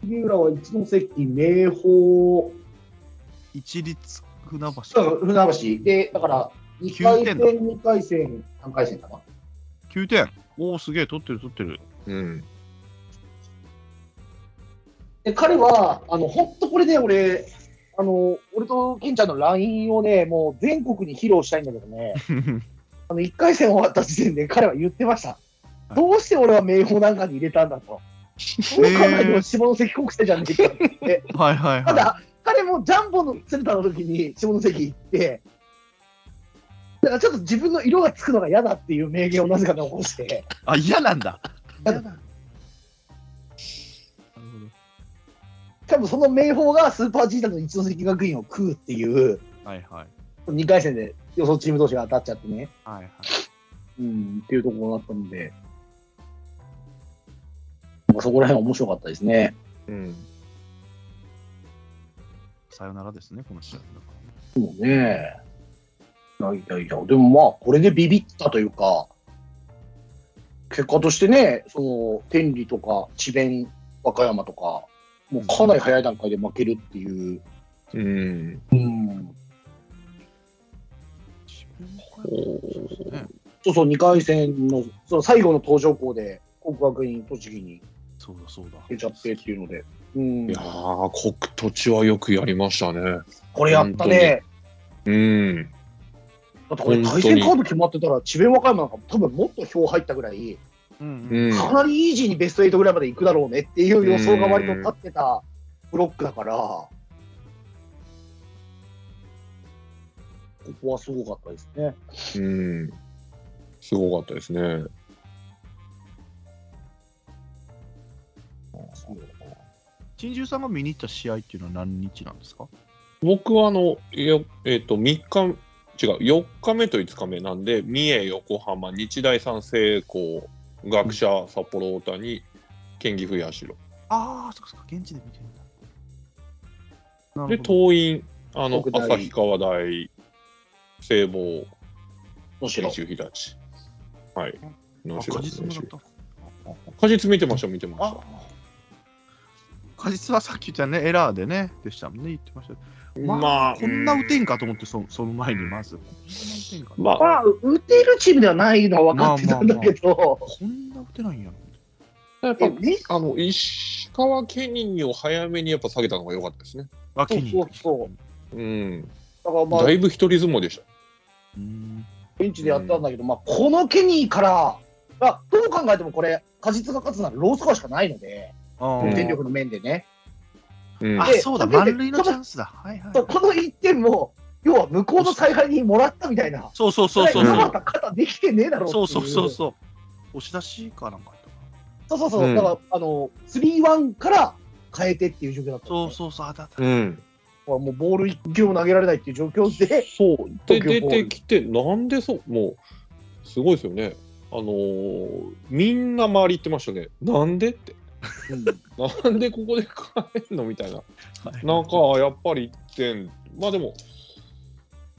S3: 杉浦は一関、明豊、
S2: 一律船橋。
S3: 船橋。で、だから、2回戦、
S2: 9点
S3: 2回戦、3回戦かな。
S2: 9点。おお、すげえ、取ってる、取ってる。
S4: うん。
S3: で彼は、あの本当これね、俺、あの俺とケンちゃんの LINE をね、もう全国に披露したいんだけどね、あの1回戦終わった時点で彼は言ってました。
S2: い
S3: どうして俺は明豊なんかに入れたんだと。そう考えても下関国際じゃねえかって言って。
S2: はいはい
S3: た
S2: は
S3: だ、彼もジャンボのセンターの時に下関行って、だからちょっと自分の色がつくのが嫌だっていう名言をなぜか残して、
S2: い。あ、嫌なんだ。
S3: 嫌
S2: だ。なるほ
S3: 多分その明豊がスーパー G だの一関学院を食うっていう。
S2: ど。はいはい。
S3: 2回戦で予想チーム同士が当たっちゃってね、
S2: はいはい。
S3: うん、っていうところだったので、まあ、そこら辺は面白かったですね。
S4: うん。
S2: さよならですね、この試合だか
S3: もうね、いやいやいや、でもまあ、これでビビったというか、結果としてね、その天理とか智弁和歌山とか、もうかなり早い段階で負けるっていう、
S4: うん。
S3: うん、
S2: ら。
S4: おー
S2: ね
S3: そうそう、2回戦のそう最後の登場校で、国学院栃木に
S2: そうだそうだ。
S3: 出ちゃってっていうので、うん
S4: いや、ー、国土地はよくやりましたね。
S3: これやったね。
S4: うん。
S3: だってこれ
S4: 本当
S3: 対
S4: に
S3: 戦カード決まってたら、智弁和歌山なんか多分もっと票入ったぐらい、
S2: うんうん
S4: うん。
S3: かなりイージーにベスト8ぐらいまで行くだろうねっていう予想が割と立ってたブロックだから、ここはすごかったですね。
S4: うん。すごかったですね。
S2: 珍獣さんが見に行った試合っていうのは何日なんですか
S4: 僕はあの、よえっ、と、3日、違う、4日目と5日目なんで、三重、横浜、日大三成功、学者、札幌大谷、県岐阜社。
S2: ああ、そっかそっか、現地で見てるんだ。な
S4: で、
S2: るほど
S4: 桐蔭、あの、
S3: 北大
S4: 旭川大、聖望、
S3: むしろ
S4: 二。中日立。はい。
S2: あ
S4: 能代
S2: 果実もだっ
S4: 選手
S2: た。
S4: 果実見てました、見てまし
S2: あ果実はさっき言ったね、エラーでね、でしたもんね、言ってました。
S4: た。
S2: まあ、こんな打て
S4: うん
S2: かと思って、そその前にまず。こんな打てんか
S4: んまあ、
S3: まあ、打てるチームではないのは分かってたんだけど、
S2: こんな打てないんやろ。
S4: やっぱ
S3: えね
S4: あの石川ケニーを早めにやっぱ下げたのが良かったですね。
S2: あ、
S3: そう
S2: ケニー
S3: そうそう
S4: うん、
S3: だからまあ
S4: だ、いぶ一人相撲でした。
S2: うーん
S3: ベンチでやったんだけど、まあ、このケニーから、まあ、どう考えてもこれ、果実が勝つならロースコアしかないので、
S2: あ
S4: うん
S3: 得点
S2: ー
S3: 力の面でね。
S4: うん、
S2: あ
S3: で
S2: そうだ、
S3: だって
S2: 満塁のチャンスだ。はいはい
S3: だ。からこの1点も、要は向こうの采配にもらったみたいな、
S2: そうそうそうそう
S3: それ
S2: う。
S3: た肩できてねえだろ
S2: そうそうそう
S3: そう
S2: そう。押し出しかなんかやったかな
S3: そうそうそう、
S4: うん
S3: だから、あの、3-1から変えてっていう状況だった
S2: そう
S3: そ
S2: そうそう、あだった。
S4: うん、
S3: う。もうボール1球も投げられないっていう状況で、
S4: そうで
S3: 東京
S4: 出
S3: ボール
S4: てきてなんでそうもうすごいですよね。あのーみんな周り行ってましたね。なんでってなんでここで帰んのみたいな。なんかやっぱり1点まあでも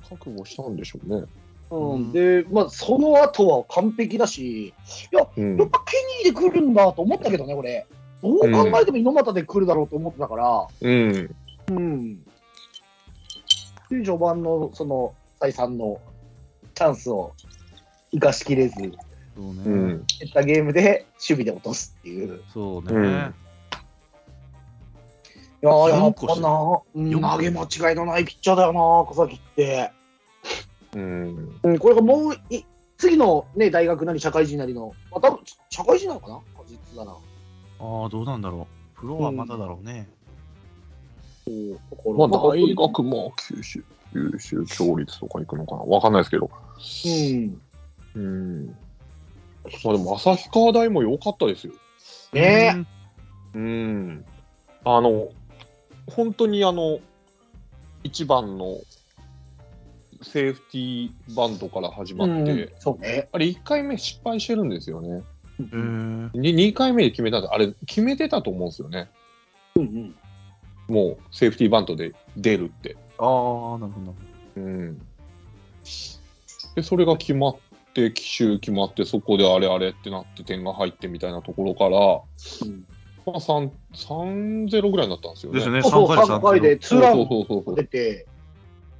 S4: 覚悟したんでしょうね。
S3: うん
S2: うん
S3: で、まあ、その後は完璧だし、
S4: う
S3: やっ
S4: ん
S3: ぱケニーで来るんだと思ったけどね、これ。どう考えても猪俣で来るだろうと思ってたから、
S4: うん
S3: うん。で序盤のその再三のチャンスを生かしきれず、い
S2: そう
S4: う
S2: ね。
S4: ん
S3: ったゲームで守備で落とすっていう。
S2: そう
S4: う
S2: ね
S4: ん。
S3: いやー、や
S2: 四
S3: っ
S2: 個
S3: ぱな、うん
S2: 四個
S3: 投げ間違いのないピッチャーだよな、小崎って。
S4: うん
S3: うん、これがもうい、次のね、大学なり社会人なりの、まあ、多分社会人なのかな実だな。
S2: ああ、どうなんだろう。プロはまだだろうね。
S4: まあ大学も九州九州勝率とか行くのかなわかんないですけど。
S3: うん。
S4: うん。まあでも、旭川大も良かったですよ。
S3: ねえ、
S4: うん。あの、本当にあの、一番のセーフティーバントから始まって、
S3: うんそうね。
S4: あれ1回目失敗してるんですよね。
S2: えー
S4: に2回目で決めたんで、あれ決めてたと思うんですよね。
S3: うんうん。
S4: もうセーフティーバントで出るって。
S2: ああ、なるほど。
S4: うん。で、それが決まって、奇襲決まって、そこであれあれってなって点が入ってみたいなところから、
S3: うん
S4: まあ、3 3-0ぐらいになったんですよね。
S2: ですね、
S3: そうそう
S2: 3回で
S3: 3回でツ
S4: そ
S3: ー
S4: う
S3: ラ
S4: そう
S3: ン
S4: そうそうそう
S3: 出て、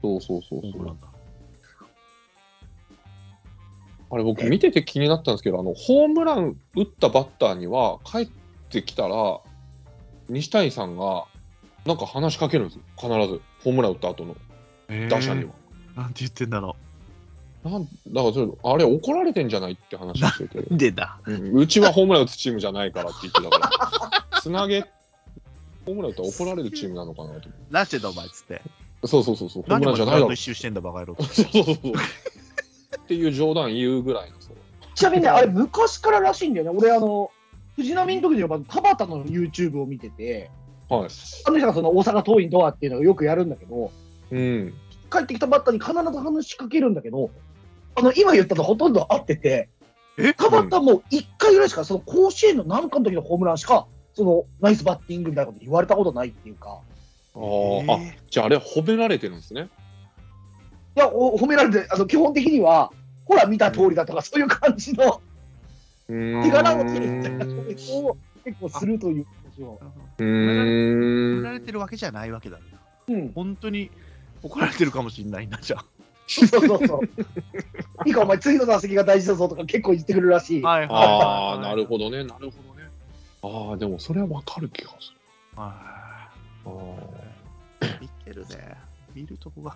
S4: そうそうそう
S2: ホームランだ。
S4: あれ僕見てて気になったんですけどあのホームラン打ったバッターには帰ってきたら西谷さんがなんか話しかけるんですよ必ずホームラン打った後の打者には。
S2: なんて言ってんだろ
S4: なんだからそれあれ怒られてんじゃないって話してて、
S2: う。でだ。
S4: うんうちはホームラン打つチームじゃないからって言ってた *laughs* からつなげホームラン打ったら怒られるチームなのかなと思
S2: なんて言ってんだお前っつって。
S4: うそうそうそうそうホー
S2: 何
S4: ムラン
S2: も
S4: じ
S2: じゃ
S4: ゃないだ
S2: な
S4: ろ
S2: い一周してんだ、バカ野郎。
S4: そうそうそうそう。っていう冗談言うぐらいのそう。
S3: ちなみにね、あれ、昔かららしいんだよね。俺、あの、藤波の時にやっぱ田畑の YouTube を見てて、
S4: はい。
S3: あの人がその大阪桐蔭ドアっていうのをよくやるんだけど、
S4: うん。
S3: 帰ってきたバッターに必ず話しかけるんだけど、あの、今言ったのほとんど合ってて、
S2: え
S3: 田畑も1回ぐらいしか、その甲子園のなんかの時のホームランしか、その、ナイスバッティングみたいなこと言われたことないっていうか、
S4: あーあ、じゃああれ褒められてるんですね。
S3: いや、お褒められて、あの、基本的には、ほら、見た通りだとか、そういう感じの
S4: うーん
S3: 手柄を取るみたいなコメントを結構するという話を。
S4: う
S2: 褒め
S4: ー
S2: られ
S4: ん。
S2: てるわけじゃないわけだな。
S3: うん。
S2: 本当に怒られてるかもしれないな、じゃあ。
S3: そうそうそう。 *laughs* いいか、お前、次の打席が大事だぞとか結構言ってくるらしい。
S2: はいはい
S4: ああ、なる
S2: ど。
S4: ほどね、なるほどね。ああ、でもそれはわかる気がする。
S2: あ
S4: あ
S2: ー見てるね。見るとこが。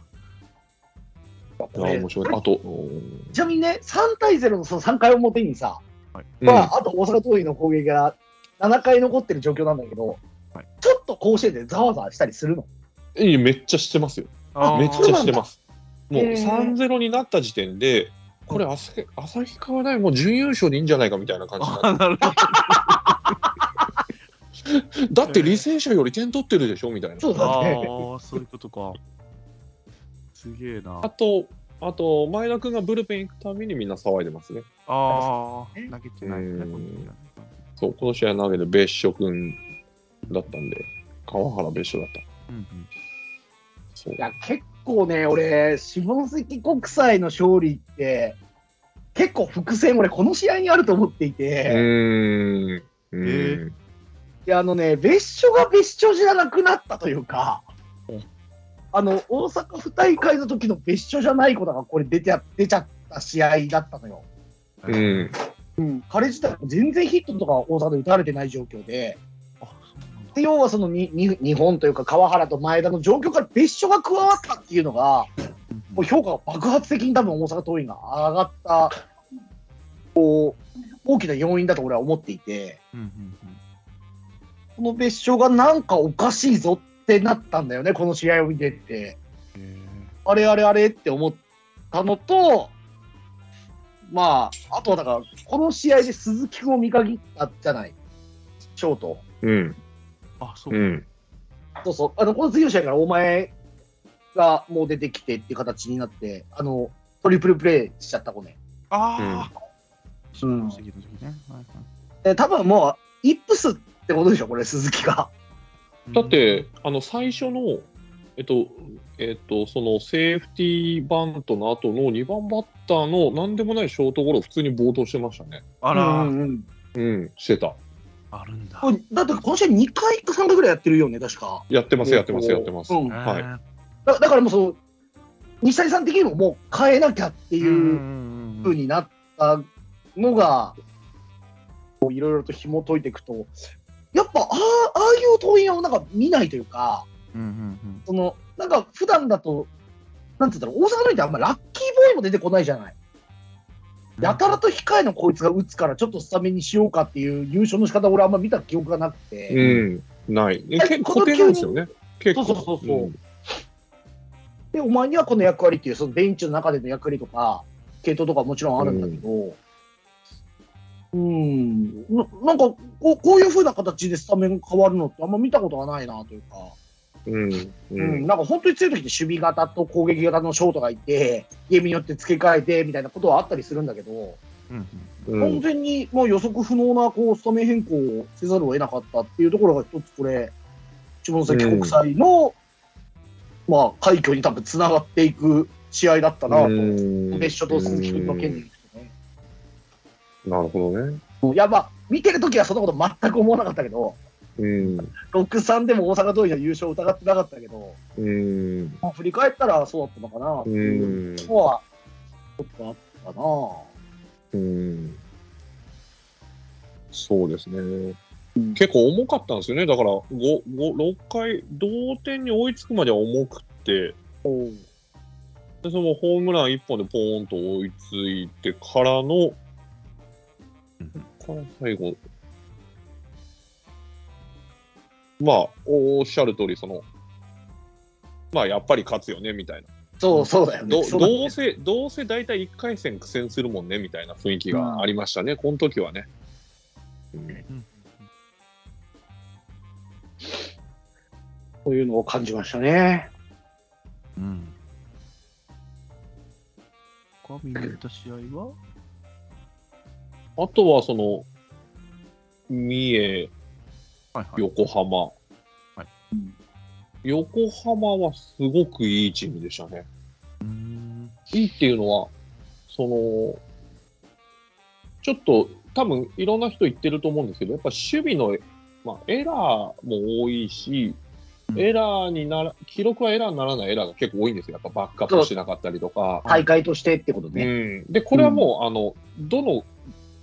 S4: あ、いや面白い。あと、うん
S3: ちなみにね、3対0のその3回表にさ、ま
S4: まあ、
S3: あ、あと大阪桐蔭の攻撃が7回残ってる状況なんだけど、
S2: はい
S3: ちょっと甲子園でざわざわしたりするの。
S4: いいめっちゃしてますよ。
S2: あー
S4: めっちゃしてます。もう
S3: へー
S4: 3-0になった時点で、これ朝日旭川大もう準優勝でいいんじゃないかみたいな感じにな
S2: あーなるほど。
S4: るだって履正社より点取ってるでしょみたい
S3: *laughs*
S4: な。
S3: そうだね。
S2: ああ、そういうことか。すげえな。
S4: あと、あと前田君がブルペン行くたびにみんな騒いでますね。
S2: ああ、
S3: え
S2: 投げてないね。
S4: うん
S2: この時はね
S4: そう、この試合投げて別所君だったんで、川原別所だった。
S2: うんうん
S4: そう
S3: いや、結構ね、俺、下関国際の勝利って、結構伏線、俺、この試合にあると思っていて。
S4: うーん。うーん
S3: いや、あのね、別所が別所じゃなくなったというか
S2: うん、
S3: あの、大阪府大会の時の別所じゃない子だが、これ出てや出ちゃった試合だったのよ。
S4: うん。
S3: 彼自体も全然ヒットとか大阪で打たれてない状況で、
S2: あそうなんだ
S3: で要はそのにに日本というか、川原と前田の状況から別所が加わったっていうのが、もう評価が爆発的に多分大阪桐蔭が上がった、こう、大きな要因だと俺は思っていて。
S2: うんうんうん
S3: この別所がなんかおかしいぞってなったんだよね、この試合を見てって。
S2: へ
S3: あれあれあれって思ったのと、まあ、あとはだから、この試合で鈴木君を見限ったじゃない、ショート。
S4: うん。
S2: ーあ、そうう。
S4: ん。
S3: そうそう、あのこの次の試合からお前がもう出てきてっていう形になって、あのトリプルプレイしちゃった子ね。
S2: ああ、
S3: う
S2: うん次の時ね。はいはい
S3: で多分もう、イップスってことでしょ、これ、鈴木が。
S4: だって、あの、最初の、えっと、えっと、そのセーフティーバントの後の2番バッターの何でもないショートゴロ、普通に暴投してましたね。
S2: あ
S3: う
S2: ら、
S3: んうん
S4: うん、してた。
S2: あるんだ。
S3: これだってこの試合2回か3回ぐらいやってるよね、確か。
S4: やってます、やってます、やってます。
S3: うん
S4: はい
S2: い。
S3: だだからもうその西谷さん的にももう変えなきゃって
S2: うんうん
S3: いう
S2: うんう
S3: ふうんになったのが、こういろいろと紐解いていくとやっぱああああいう党員をなんか見ないというか
S2: うんうん
S3: そのなんか普段だとなんて言ったら大阪の人ってあんまラッキーボーイも出てこないじゃない。
S2: うん
S3: やたらと控えのこいつが打つからちょっとスタメンにしようかっていう優勝の仕方俺あんま見た記憶がなくて、
S4: うん、ない。え
S3: え
S4: 結構固定なんですよね。結構。
S3: そうそうそうそうんでお前にはこの役割っていうそのベンチの中での役割とか系統とかもちろんあるんだけどうんななんかこうこういうふうな形でスタメン変わるのってあんま見たことがないなというか、
S4: うん。う
S3: うん
S4: ん。
S3: なんか本当に強い時って守備型と攻撃型のショートがいてゲームによって付け替えてみたいなことはあったりするんだけど、
S2: うんうん
S4: うん
S3: 完全にもう予測不能なこうスタメン変更をせざるを得なかったっていうところが一つこれ下関国際の、まあ、快挙に多分つながっていく試合だったなと。
S4: うん
S3: 別所と鈴木君の件で言うとね。
S4: なるほどね。
S3: いや、まあ、見てるときはそんなこと全く思わなかったけど、
S4: うん。
S3: 6-3でも大阪桐蔭の優勝を疑ってなかったけど、
S4: うん。
S3: まあ、振り返ったらそうだったのかなって
S4: う。
S3: いうんのは、ちょっとあったかな。
S4: うんそうですね。結構重かったんですよね。だから、ごご6回、同点に追いつくまでは重くって、でそのホームラン1本でポーンと追いついてからの、から最後、まあ、おっしゃる通り、その、まあ、やっぱり勝つよね、みたいな。
S3: そう、そうだよ
S4: ど
S3: ね。そうだね
S4: どうせ、どうせ大体1回戦苦戦するもんねみたいな雰囲気がありましたね、この時はね。うん
S2: うん
S3: そういうのを感じましたね。
S2: うん。他見に行った試合は
S4: あとは、その、三重、
S2: はいはい。
S4: 横浜、
S2: はい
S3: うん
S4: 横浜はすごくいいチームでしたね。
S2: うん
S4: いいっていうのは、その、ちょっと多分いろんな人言ってると思うんですけど、やっぱ守備の、まあ、エラーも多いし、
S2: ううん
S4: エラーになら、記録はエラーにならないエラーが結構多いんですよ。やっぱバックアップしなかったりとか。
S3: 大会としてってこと
S4: う
S3: ね。
S4: ん、で、これはもう、あの、どの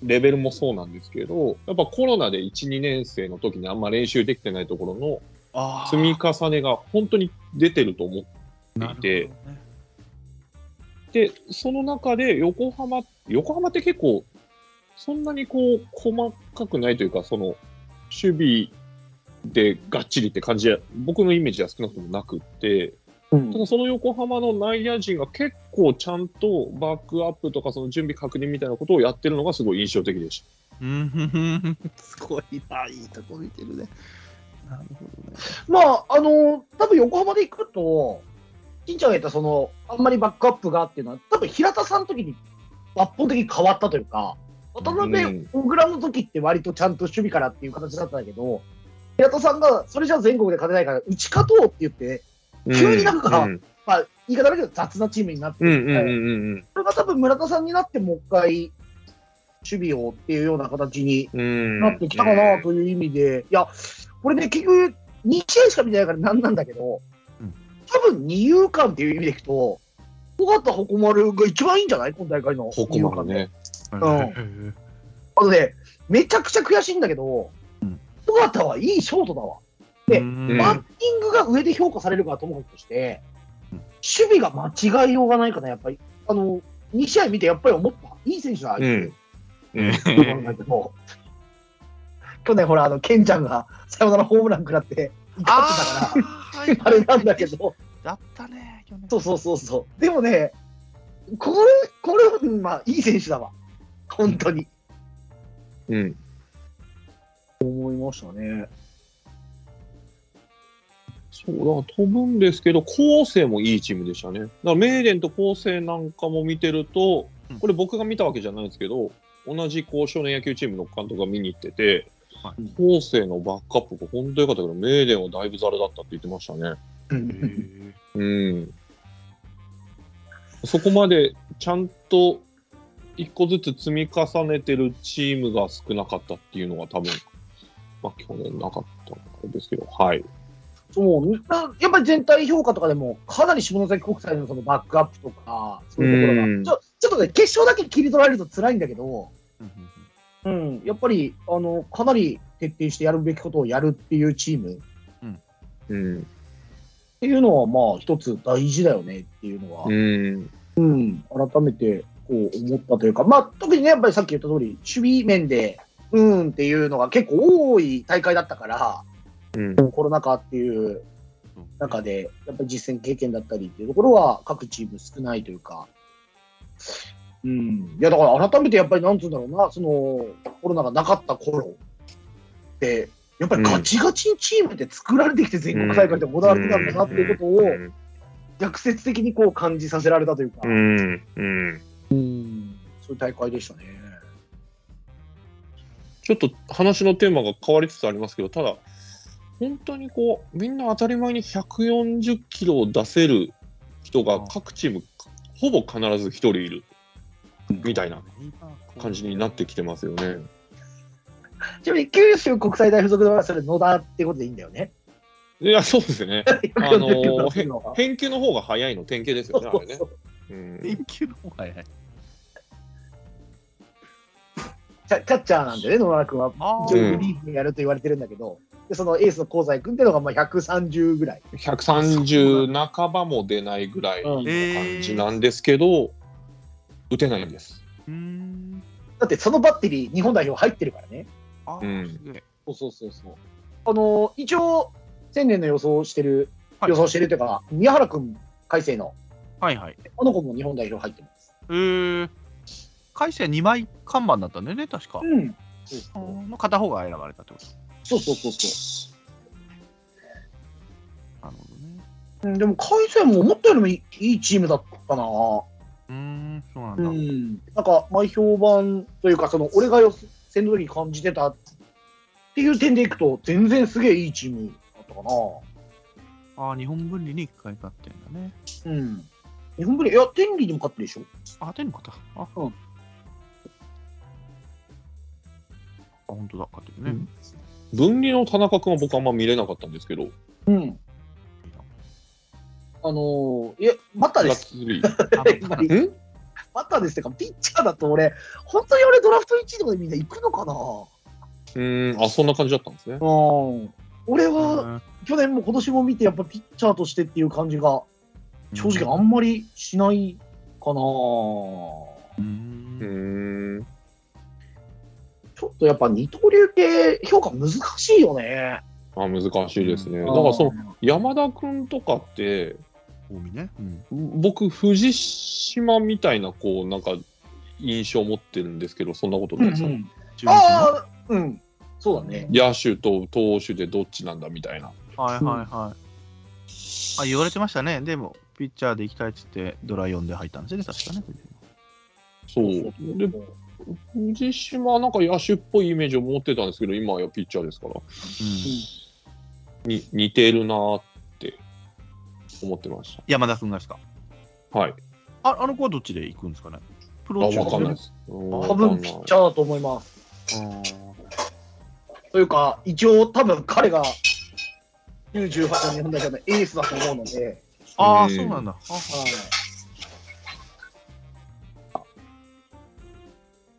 S4: レベルもそうなんですけど、やっぱコロナで1、2年生の時にあんま練習できてないところの
S2: あ
S4: 積み重ねが本当に出てると思っていて、で、その中で横浜、横浜って結構、そんなにこう、細かくないというか、その、守備でがっちりって感じは、僕のイメージは少なくともなくって、
S3: うん
S4: ただその横浜の内野陣が結構ちゃんとバックアップとかその準備確認みたいなことをやってるのがすごい印象的でし
S2: う
S4: た。
S2: んふんふんすごいな、いいとこ見てるね。なるほどね。
S3: まあ、あの、多分横浜で行くと、金ちゃんが言ったその、あんまりバックアップがっていうのは、多分平田さんの時に抜本的に変わったというか、渡
S4: うん
S3: 辺、小倉の時って割とちゃんと守備からっていう形だったんだけど、平田さんがそれじゃ全国で勝てないから、打ち勝とうって言って、急になんか
S4: うん
S3: まあ、言い方だけど雑なチームになって、
S4: うんうんうんうん
S3: それが多分村田さんになって、もう一回、守備をっていうような形に
S4: うん。
S3: なってきたかなという意味で、いや、これね、結局、2試合しか見てないからなんなんだけど、
S2: うん
S3: 多分二遊間っていう意味でいくと、尾形鉾丸が一番いいんじゃない今大会の
S4: ほこ
S3: 二遊
S4: ま
S3: 間
S4: る
S3: で
S4: ね。
S2: うん。
S3: あとね、めちゃくちゃ悔しいんだけど
S2: うん、
S3: 尾形はいいショートだわ。で
S2: うん
S3: バッティングが上で評価されるからともかくとして
S2: うん、
S3: 守備が間違いようがないかな、やっぱり。あの、2試合見てやっぱり思った。いい選手だ、あいつ
S4: うんうん
S3: そうなんだけど、去年ほら、あの、ケンちゃんがサヨナラホームラン食らって、怒ってた
S2: あ
S3: か
S2: ーはい
S3: ら、あれなんだけど、
S2: だったね、去年
S3: そうそうそうそう。でもね、これ、これは、まあ、いい選手だわ。本当に。
S4: うん。
S3: 思いましたね。
S4: そう、だから飛ぶんですけど、後世もいいチームでしたね。だから、メーデンと後世なんかも見てると
S2: うん、
S4: これ僕が見たわけじゃないんですけど、同じこう少年野球チームの監督が見に行ってて、
S2: は
S4: 後世のバックアップが本当良かったけど、メーデンはだいぶザルだったって言ってましたね。うん。そこまでちゃんと一個ずつ積み重ねてるチームが少なかったっていうのが多分、まあ去年なかったんですけど、はい。
S3: そうなやっぱり全体評価とかでも、かなり下関国際のそのバックアップとか、そういうところが、ちょちょっとね、決勝だけ切り取られると辛いんだけど、うん、やっぱりあのかなり徹底してやるべきことをやるっていうチーム
S4: うん。
S3: っていうのは、まあ、一つ大事だよねっていうのは、
S4: うん。
S3: うん、改めてこう思ったというか、まあ、特にね、やっぱりさっき言った通り、守備面で、うーんっていうのが結構多い大会だったから、
S4: うん。
S3: コロナ禍っていう中で、やっぱり実践経験だったりっていうところは、各チーム少ないというか、うん、いや、だから改めてやっぱり、なんつうんだろうな、そのコロナがなかった頃って、やっぱりガチガチにチームで作られてきて、全国大会で行われてたんだなっていうことを、逆説的にこう感じさせられたというか、
S4: うん。うん。
S3: そういう大会でしたね。
S4: ちょっと話のテーマが変わりつつありますけど、ただ、本当にこう、みんな当たり前に140キロを出せる人が各チーム、ほぼ必ず1人いるみたいな感じになってきてますよね。
S3: ちなみに九州国際大付属はそれ野田ってことでいいんだよね。
S4: いや、そうですね。あの
S3: *laughs*
S4: ー
S3: よく呼んでるのが
S4: 返球の方が早いの典型です
S3: そ
S4: よ
S3: う
S4: ね、
S3: そ
S4: あ
S3: うそ。う
S4: れねうん
S2: 連休の方が早い。
S3: キャキャッチャーなんだよね、野田君は。
S2: あ
S3: 一応グ
S4: ー
S3: リーフやると言われてるんだけど、でそのエースの香西君っていうのがまあ130ぐらい。
S4: 130半ばも出ないぐらいの感じなんですけど、打てないんです。
S2: うん。
S3: だってそのバッテリー、日本代表入ってるからね。
S2: あ
S4: うん
S2: すげえ。
S3: そうそうそうそう。あのー一応、千年の予想してる、
S2: はい
S3: 予想してるというか、宮原君、海星の、
S2: はいはい。
S3: あの子も日本代表入ってます。
S2: えー、会社2枚看板だったんだよね、確か。
S3: うん。
S2: の片方が選ばれたってこと。
S3: そうそうそうそう。
S2: なるほどね。
S3: うんでも、海鮮も思ったよりもいいいいチームだったな。
S2: うーん、そうなん
S3: う
S2: だ。
S3: ん。なんか、前評判というか、その、俺が予選の時に感じてたっていう点でいくと、全然すげえいいチームだったかな。
S2: ああ、日本分離に1回勝ってんだね。
S3: うん。日本ぶり、いや、天理にも勝ってるでしょ。
S2: あ、天の方。あ、
S3: うん
S2: あ、本当だ、勝ってるね。
S4: 分離の田中君は僕あんま見れなかったんですけど、
S3: うん。あのーいや、バッター
S4: が
S3: で
S4: っ
S3: す。
S4: つり。
S3: やっぱり
S4: え
S3: バッターですってか、ピッチャーだと俺、本当に俺ドラフト1位とかでみんな行くのかな
S4: うーん、あ、そんな感じだったんですね。
S3: うん。俺
S2: う
S3: は、
S2: ん
S3: 去年も今年も見て、やっぱピッチャーとしてっていう感じが、 *laughs* 正直あんまりしないか
S2: う
S3: な、
S4: うー
S2: ん
S4: ん。
S3: ちょっとやっぱ二刀流系評価難しいよね。
S4: あ、難しいですね。
S2: う
S4: だ
S2: ん
S4: からその、山田君とかって、
S2: 近江ね。うん
S4: 僕、藤島みたいな、こう、なんか、印象を持ってるんですけど、そんなこと
S3: う
S4: なんいうですか、
S3: ん、
S2: 中日ねは
S3: ああ、うん。そうだね。
S4: 野手と投手でどっちなんだみたいな。
S2: いはいはい。あ、言われてましたね。でも、ピッチャーで行きたいっつって、ドラ4で入ったんですよね、確かね。
S4: そう。で、藤島はなんか野手っぽいイメージを持ってたんですけど、今はピッチャーですから、
S2: うん
S4: に似てるなーって思ってまし
S2: 山田君がですか。
S4: た。はい。
S2: ああの子はどっちで行くんですかねプ
S4: あ、
S2: ロ
S4: わかんないです。
S3: 多分ピッチャーだと思います。というか、一応多分彼が98の日本代表のエースだと思うので、
S2: ああ、
S4: うん
S2: そうなんだ。あ
S3: はい。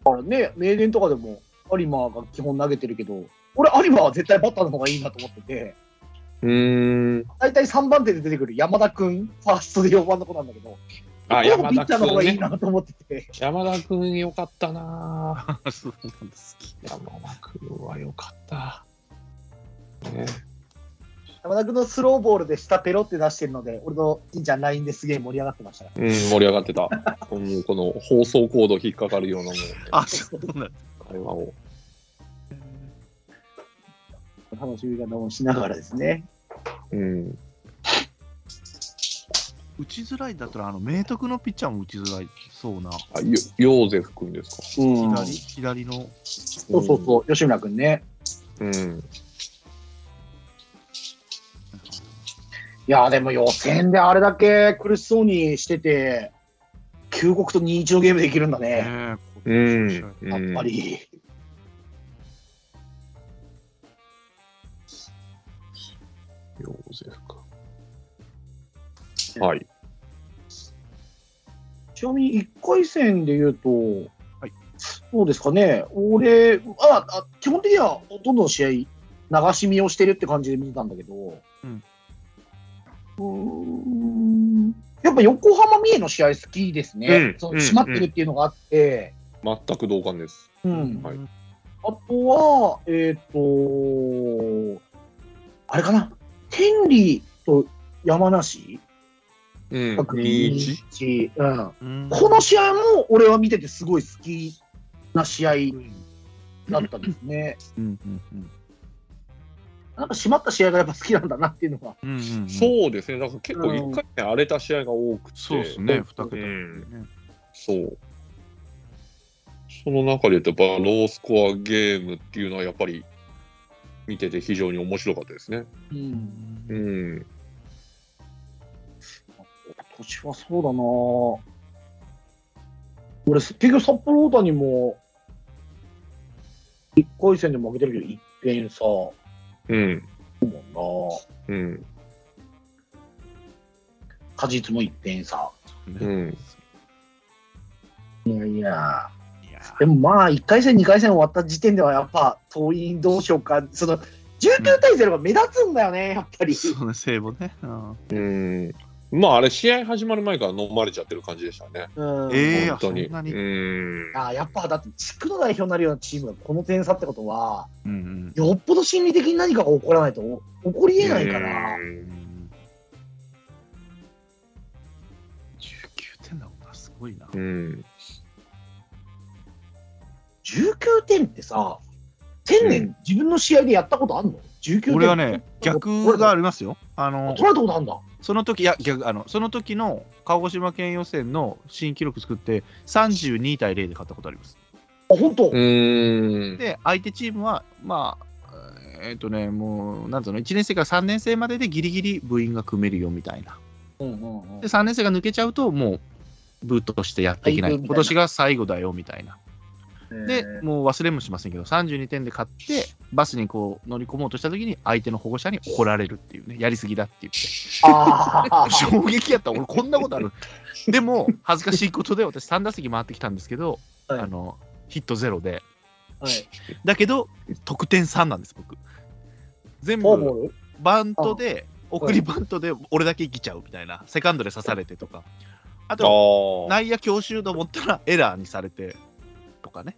S3: あれね、名電とかでも有馬が基本投げてるけど、俺有馬は絶対バッターの方がいいなと思ってて、
S4: うーん。
S3: 大体3番手で出てくる山田君、ファーストで4番の子なんだけど、
S4: あ、
S3: どうも
S4: 山
S3: ピッチャ
S4: 田
S3: ーの方
S4: 君
S3: がいい
S4: ね。
S3: なと思ってて。
S4: 山田君よかったなー。
S2: あ、そうなんです。
S4: 山田君はよかった。ね、
S3: 山田君のスローボールで下ペロって出してるので、俺の金ちゃん LINE ですげえ盛り上がってましたね。
S4: うん、盛り上がってた。もうこの放送コード引っかかるようなもん、ね、
S2: あ、そうなんだ。
S4: 会話を。
S3: 楽しみ方もしながらですね。
S4: うん。
S2: 打ちづらいだったら、あの、明徳のピッチャーも打ちづらいそうな。
S4: あ、よヨーゼフ君ですか。
S3: うん
S2: 左、左の。
S3: そうそうそう、吉村君ね。
S4: うん。
S3: いやーでも予選であれだけ苦しそうにしてて、九国と2-1のゲームできるんだね、
S2: ねえ
S4: うん。
S3: やっぱり。
S4: ヨーゼフ君。はい。
S3: ちなみに1回戦で言うと、
S2: はい
S3: どうですかね、俺ああ、基本的にはほとんどの試合、流し見をしてるって感じで見てたんだけど、
S2: うん
S3: うーんやっぱ横浜三重の試合好きですね、
S4: うん
S3: そう
S4: うん
S3: 締まってるっていうのがあって、
S4: 全く同感です。
S3: うん
S4: はい
S3: あとは、えっ、とあれかな、天理と山梨、
S4: うん。
S3: 2 1うん。
S2: うん
S3: この試合も俺は見ててすごい好きな試合だったんですね。
S2: うんうんうん
S3: *laughs* なんか締まった試合がやっぱ好きなんだなっていうのは。
S2: うんうんうん
S4: そうですね。だから結構一回ね荒れた試合が多くて。
S2: そうですね、二
S4: う
S2: 桁。
S4: ん。
S2: ね
S4: そう。その中で言うと、やっぱロースコアゲームっていうのはやっぱり見てて非常に面白かったですね。
S3: うん。
S4: うん。
S3: 今年はそうだなぁ俺、結局札幌大谷も1回戦で負けてるけど、一遍さ、も
S4: うん。
S3: んなぁ
S4: うん。
S3: 果実も一遍さ。
S4: う
S2: ね
S4: ん。
S3: いや
S2: い
S3: いや。
S2: やー
S3: でもまあ、1回戦、2回戦終わった時点ではやっぱ、党員どうしようか。その、19対0が目立つんだよね、やっぱり。
S2: そうね、聖母ね。うん
S4: うん。まああれ、試合始まる前から飲まれちゃってる感じでしたね。
S3: うん
S2: ええ
S4: 本当に。
S2: あそんなに
S4: うん。
S3: あーやっぱだって地区の代表になるようなチームがこの点差ってことは
S2: うん
S3: よっぽど心理的に何かが起こらないと起こりえないから
S4: う
S2: うんん。19点だもんな、すごいな。
S4: うん。
S3: 19点ってさ1000
S4: う
S3: 年自分の試合でやったことあんの ?19 点
S2: 俺はね、逆があ
S3: る
S2: りますよ。あの
S3: 取、られたことあんだ
S2: その時、いや、逆、あの、その時の鹿児島県予選の新記録作って、32対0で勝ったことあります。
S3: あ本当、
S4: うん。
S2: で、相手チームは、まあ、えっ、とね、もう、なんつうの、1年生から3年生まででギリギリ部員が組めるよみたいな。
S3: うんうんうん
S2: で、3年生が抜けちゃうと、もう、部としてやっていけない。
S3: はい部みたいな
S2: 今年が最後だよみたいな。で
S3: え、ー
S2: もう忘れもしませんけど、32点で勝って、バスにこう乗り込もうとした時に相手の保護者に怒られるっていうねやりすぎだって言って
S3: ああ
S2: 衝撃やった俺こんなことある *laughs* でも恥ずかしいことで私3打席回ってきたんですけど、
S3: はい
S2: あのヒットゼロで
S3: はい。
S2: だけど得点3なんです僕全
S3: フォーボ
S2: 部
S3: ール
S2: バントで送りバントで俺だけ生きちゃうみたいなセカンドで刺されてとかあと
S4: ああ。
S2: 内野強襲と思ったらエラーにされてとかね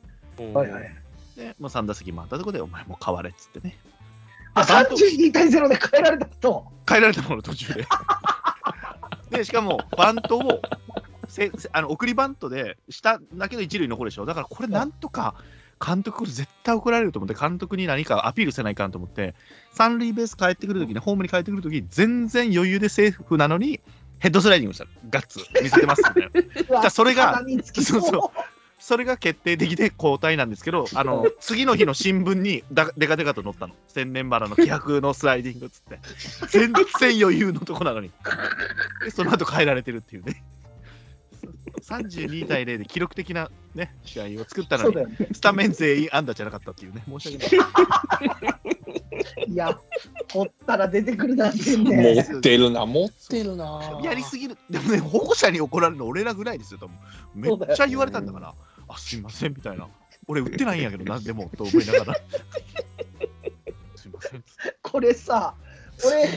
S3: はいはい。
S2: で、まあ、3打席回ったところでお前もう変われっつってね
S3: あ、
S2: バント
S3: 32対0で変えられたと。
S2: 変えられたもの途中ででしかもバントをせせあの送りバントでしただけど一塁残るでしょだからこれなんとか監督これ絶対怒られると思って監督に何かアピールせないかんと思って三塁ベース帰ってくるときにホームに帰ってくるとき全然余裕でセーフなのにヘッドスライディングしたガッツ見せてますみたいな
S3: うわ
S2: だそれが
S3: 鼻につきそう
S2: そうそそれが決定的で交代なんですけ
S3: *laughs*
S2: どあの次の日の新聞にだでかでかと載ったの千年バラの気迫のスライディングっつって全然余裕のとこなのにでその後変えられてるっていうね32対0で記録的な、ね、試合を作ったの
S3: そう
S2: に
S3: だよね。
S2: スタメン全員安打じゃなかったっていうね申し訳ない
S3: いや、取ったら出てくるなんてね。
S4: 持ってるな、持ってるな。
S2: やりすぎる、でもね、保護者に怒られるの俺らぐらいですよ、多分め
S3: そうだよ
S2: っちゃ言われたんだから、あ、すいませんみたいな、俺、売ってないんやけど、なんでもと思いな
S3: *laughs*
S2: がら。すいません
S3: これさ、俺、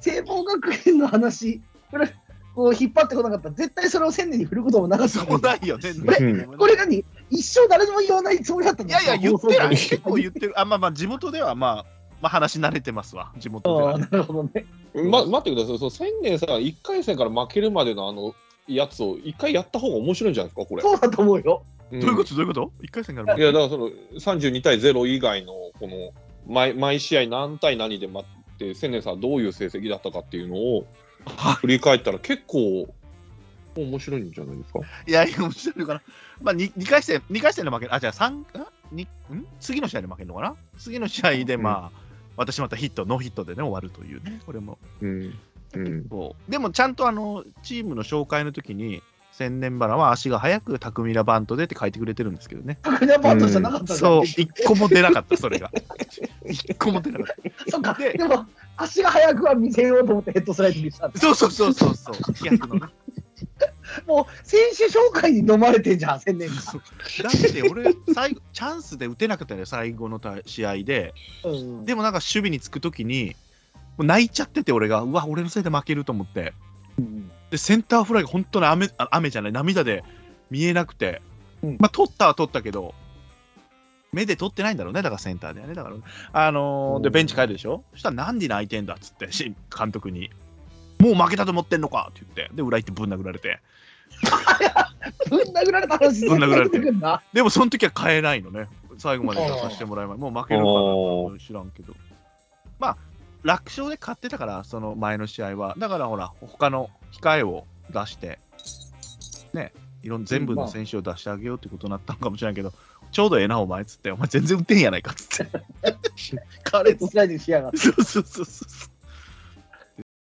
S3: 聖望学園の話、これ、こう引っ張ってこなかったら、絶対それを千年に振ることもなかった
S2: そ
S3: もん。
S2: うないよね。
S4: うん
S3: これ何一生誰にも言わないつもりだったん
S2: い
S3: だ
S2: やいや、言ってる、
S4: ない
S2: 結構言ってる。あ、まあまあ、地元では、まあ、まあ、話慣れてますわ、地元で
S3: あ
S2: は
S3: あ、
S2: ね。
S3: なるほどね。
S4: ま、待ってください、その千年さ、1回戦から負けるまでのあのやつを1回やった方が面白いんじゃないですか、これ。
S3: そうだと思うよ。
S4: うん
S2: どういうことどういうこと一回戦から
S4: いや、だからその32対0以外の、この毎毎試合何対何で待って、千年さん、どういう成績だったかっていうのを
S2: は
S4: 振り返ったら、結構面白いんじゃないですか。
S2: いや、いや面白いのかな。まあ、に二回戦、二回戦で負ける。あ、じゃあ、三、んにん次の試合で負けるのかな次の試合で、まあ、私またヒット、ノーヒットでね、終わるというね、これも。
S4: うんうん、
S2: そうでもちゃんとあのチームの紹介の時に千年花は足が速く巧みなバントでって書いてくれてるんですけどね
S3: クナパートじゃなかったんだ
S2: そう一個も出なかったそれが一個も出なかっ
S3: そっか。
S2: で
S3: でも、足が速くは見せようと思ってヘッドスライディングしたん
S2: た
S3: だ
S2: そうそうそうそう *laughs* そう飛躍のね
S3: もう、選手紹介に飲まれてんじゃん、千年が。
S2: だって俺最後チャンスで打てなかったよ最後の大試合で
S3: うん
S2: でもなんか守備につく時にもう泣いちゃってて俺がうわ俺のせいで負けると思って
S3: うん
S2: でセンターフライが本当に雨あ雨じゃない涙で見えなくて、
S3: うん
S2: まあ取ったは取ったけど目で取ってないんだろうねだからセンターでねだからあのー
S4: うん
S2: でベンチ帰るでしょそしたらなんで泣いてんだっつってし監督にもう負けたと思ってんのかって言ってで裏行ってぶん殴られて
S3: *laughs* ぶん殴られた話
S2: ぶん殴られて
S3: 絶対出くんな
S2: でもその時は変えないのね最後まで出させてもらえないもう負けるのかな
S4: あ
S2: 知らんけどまあ楽勝で勝ってたからその前の試合はだからほら他の控えを出してねいろん全部の選手を出してあげようってことになったのかもしれないけど、ちょうどええなお前っつってお前全然打てんやないかっつって
S3: ヘッドスライディングしやがって。
S2: そうそうそうそう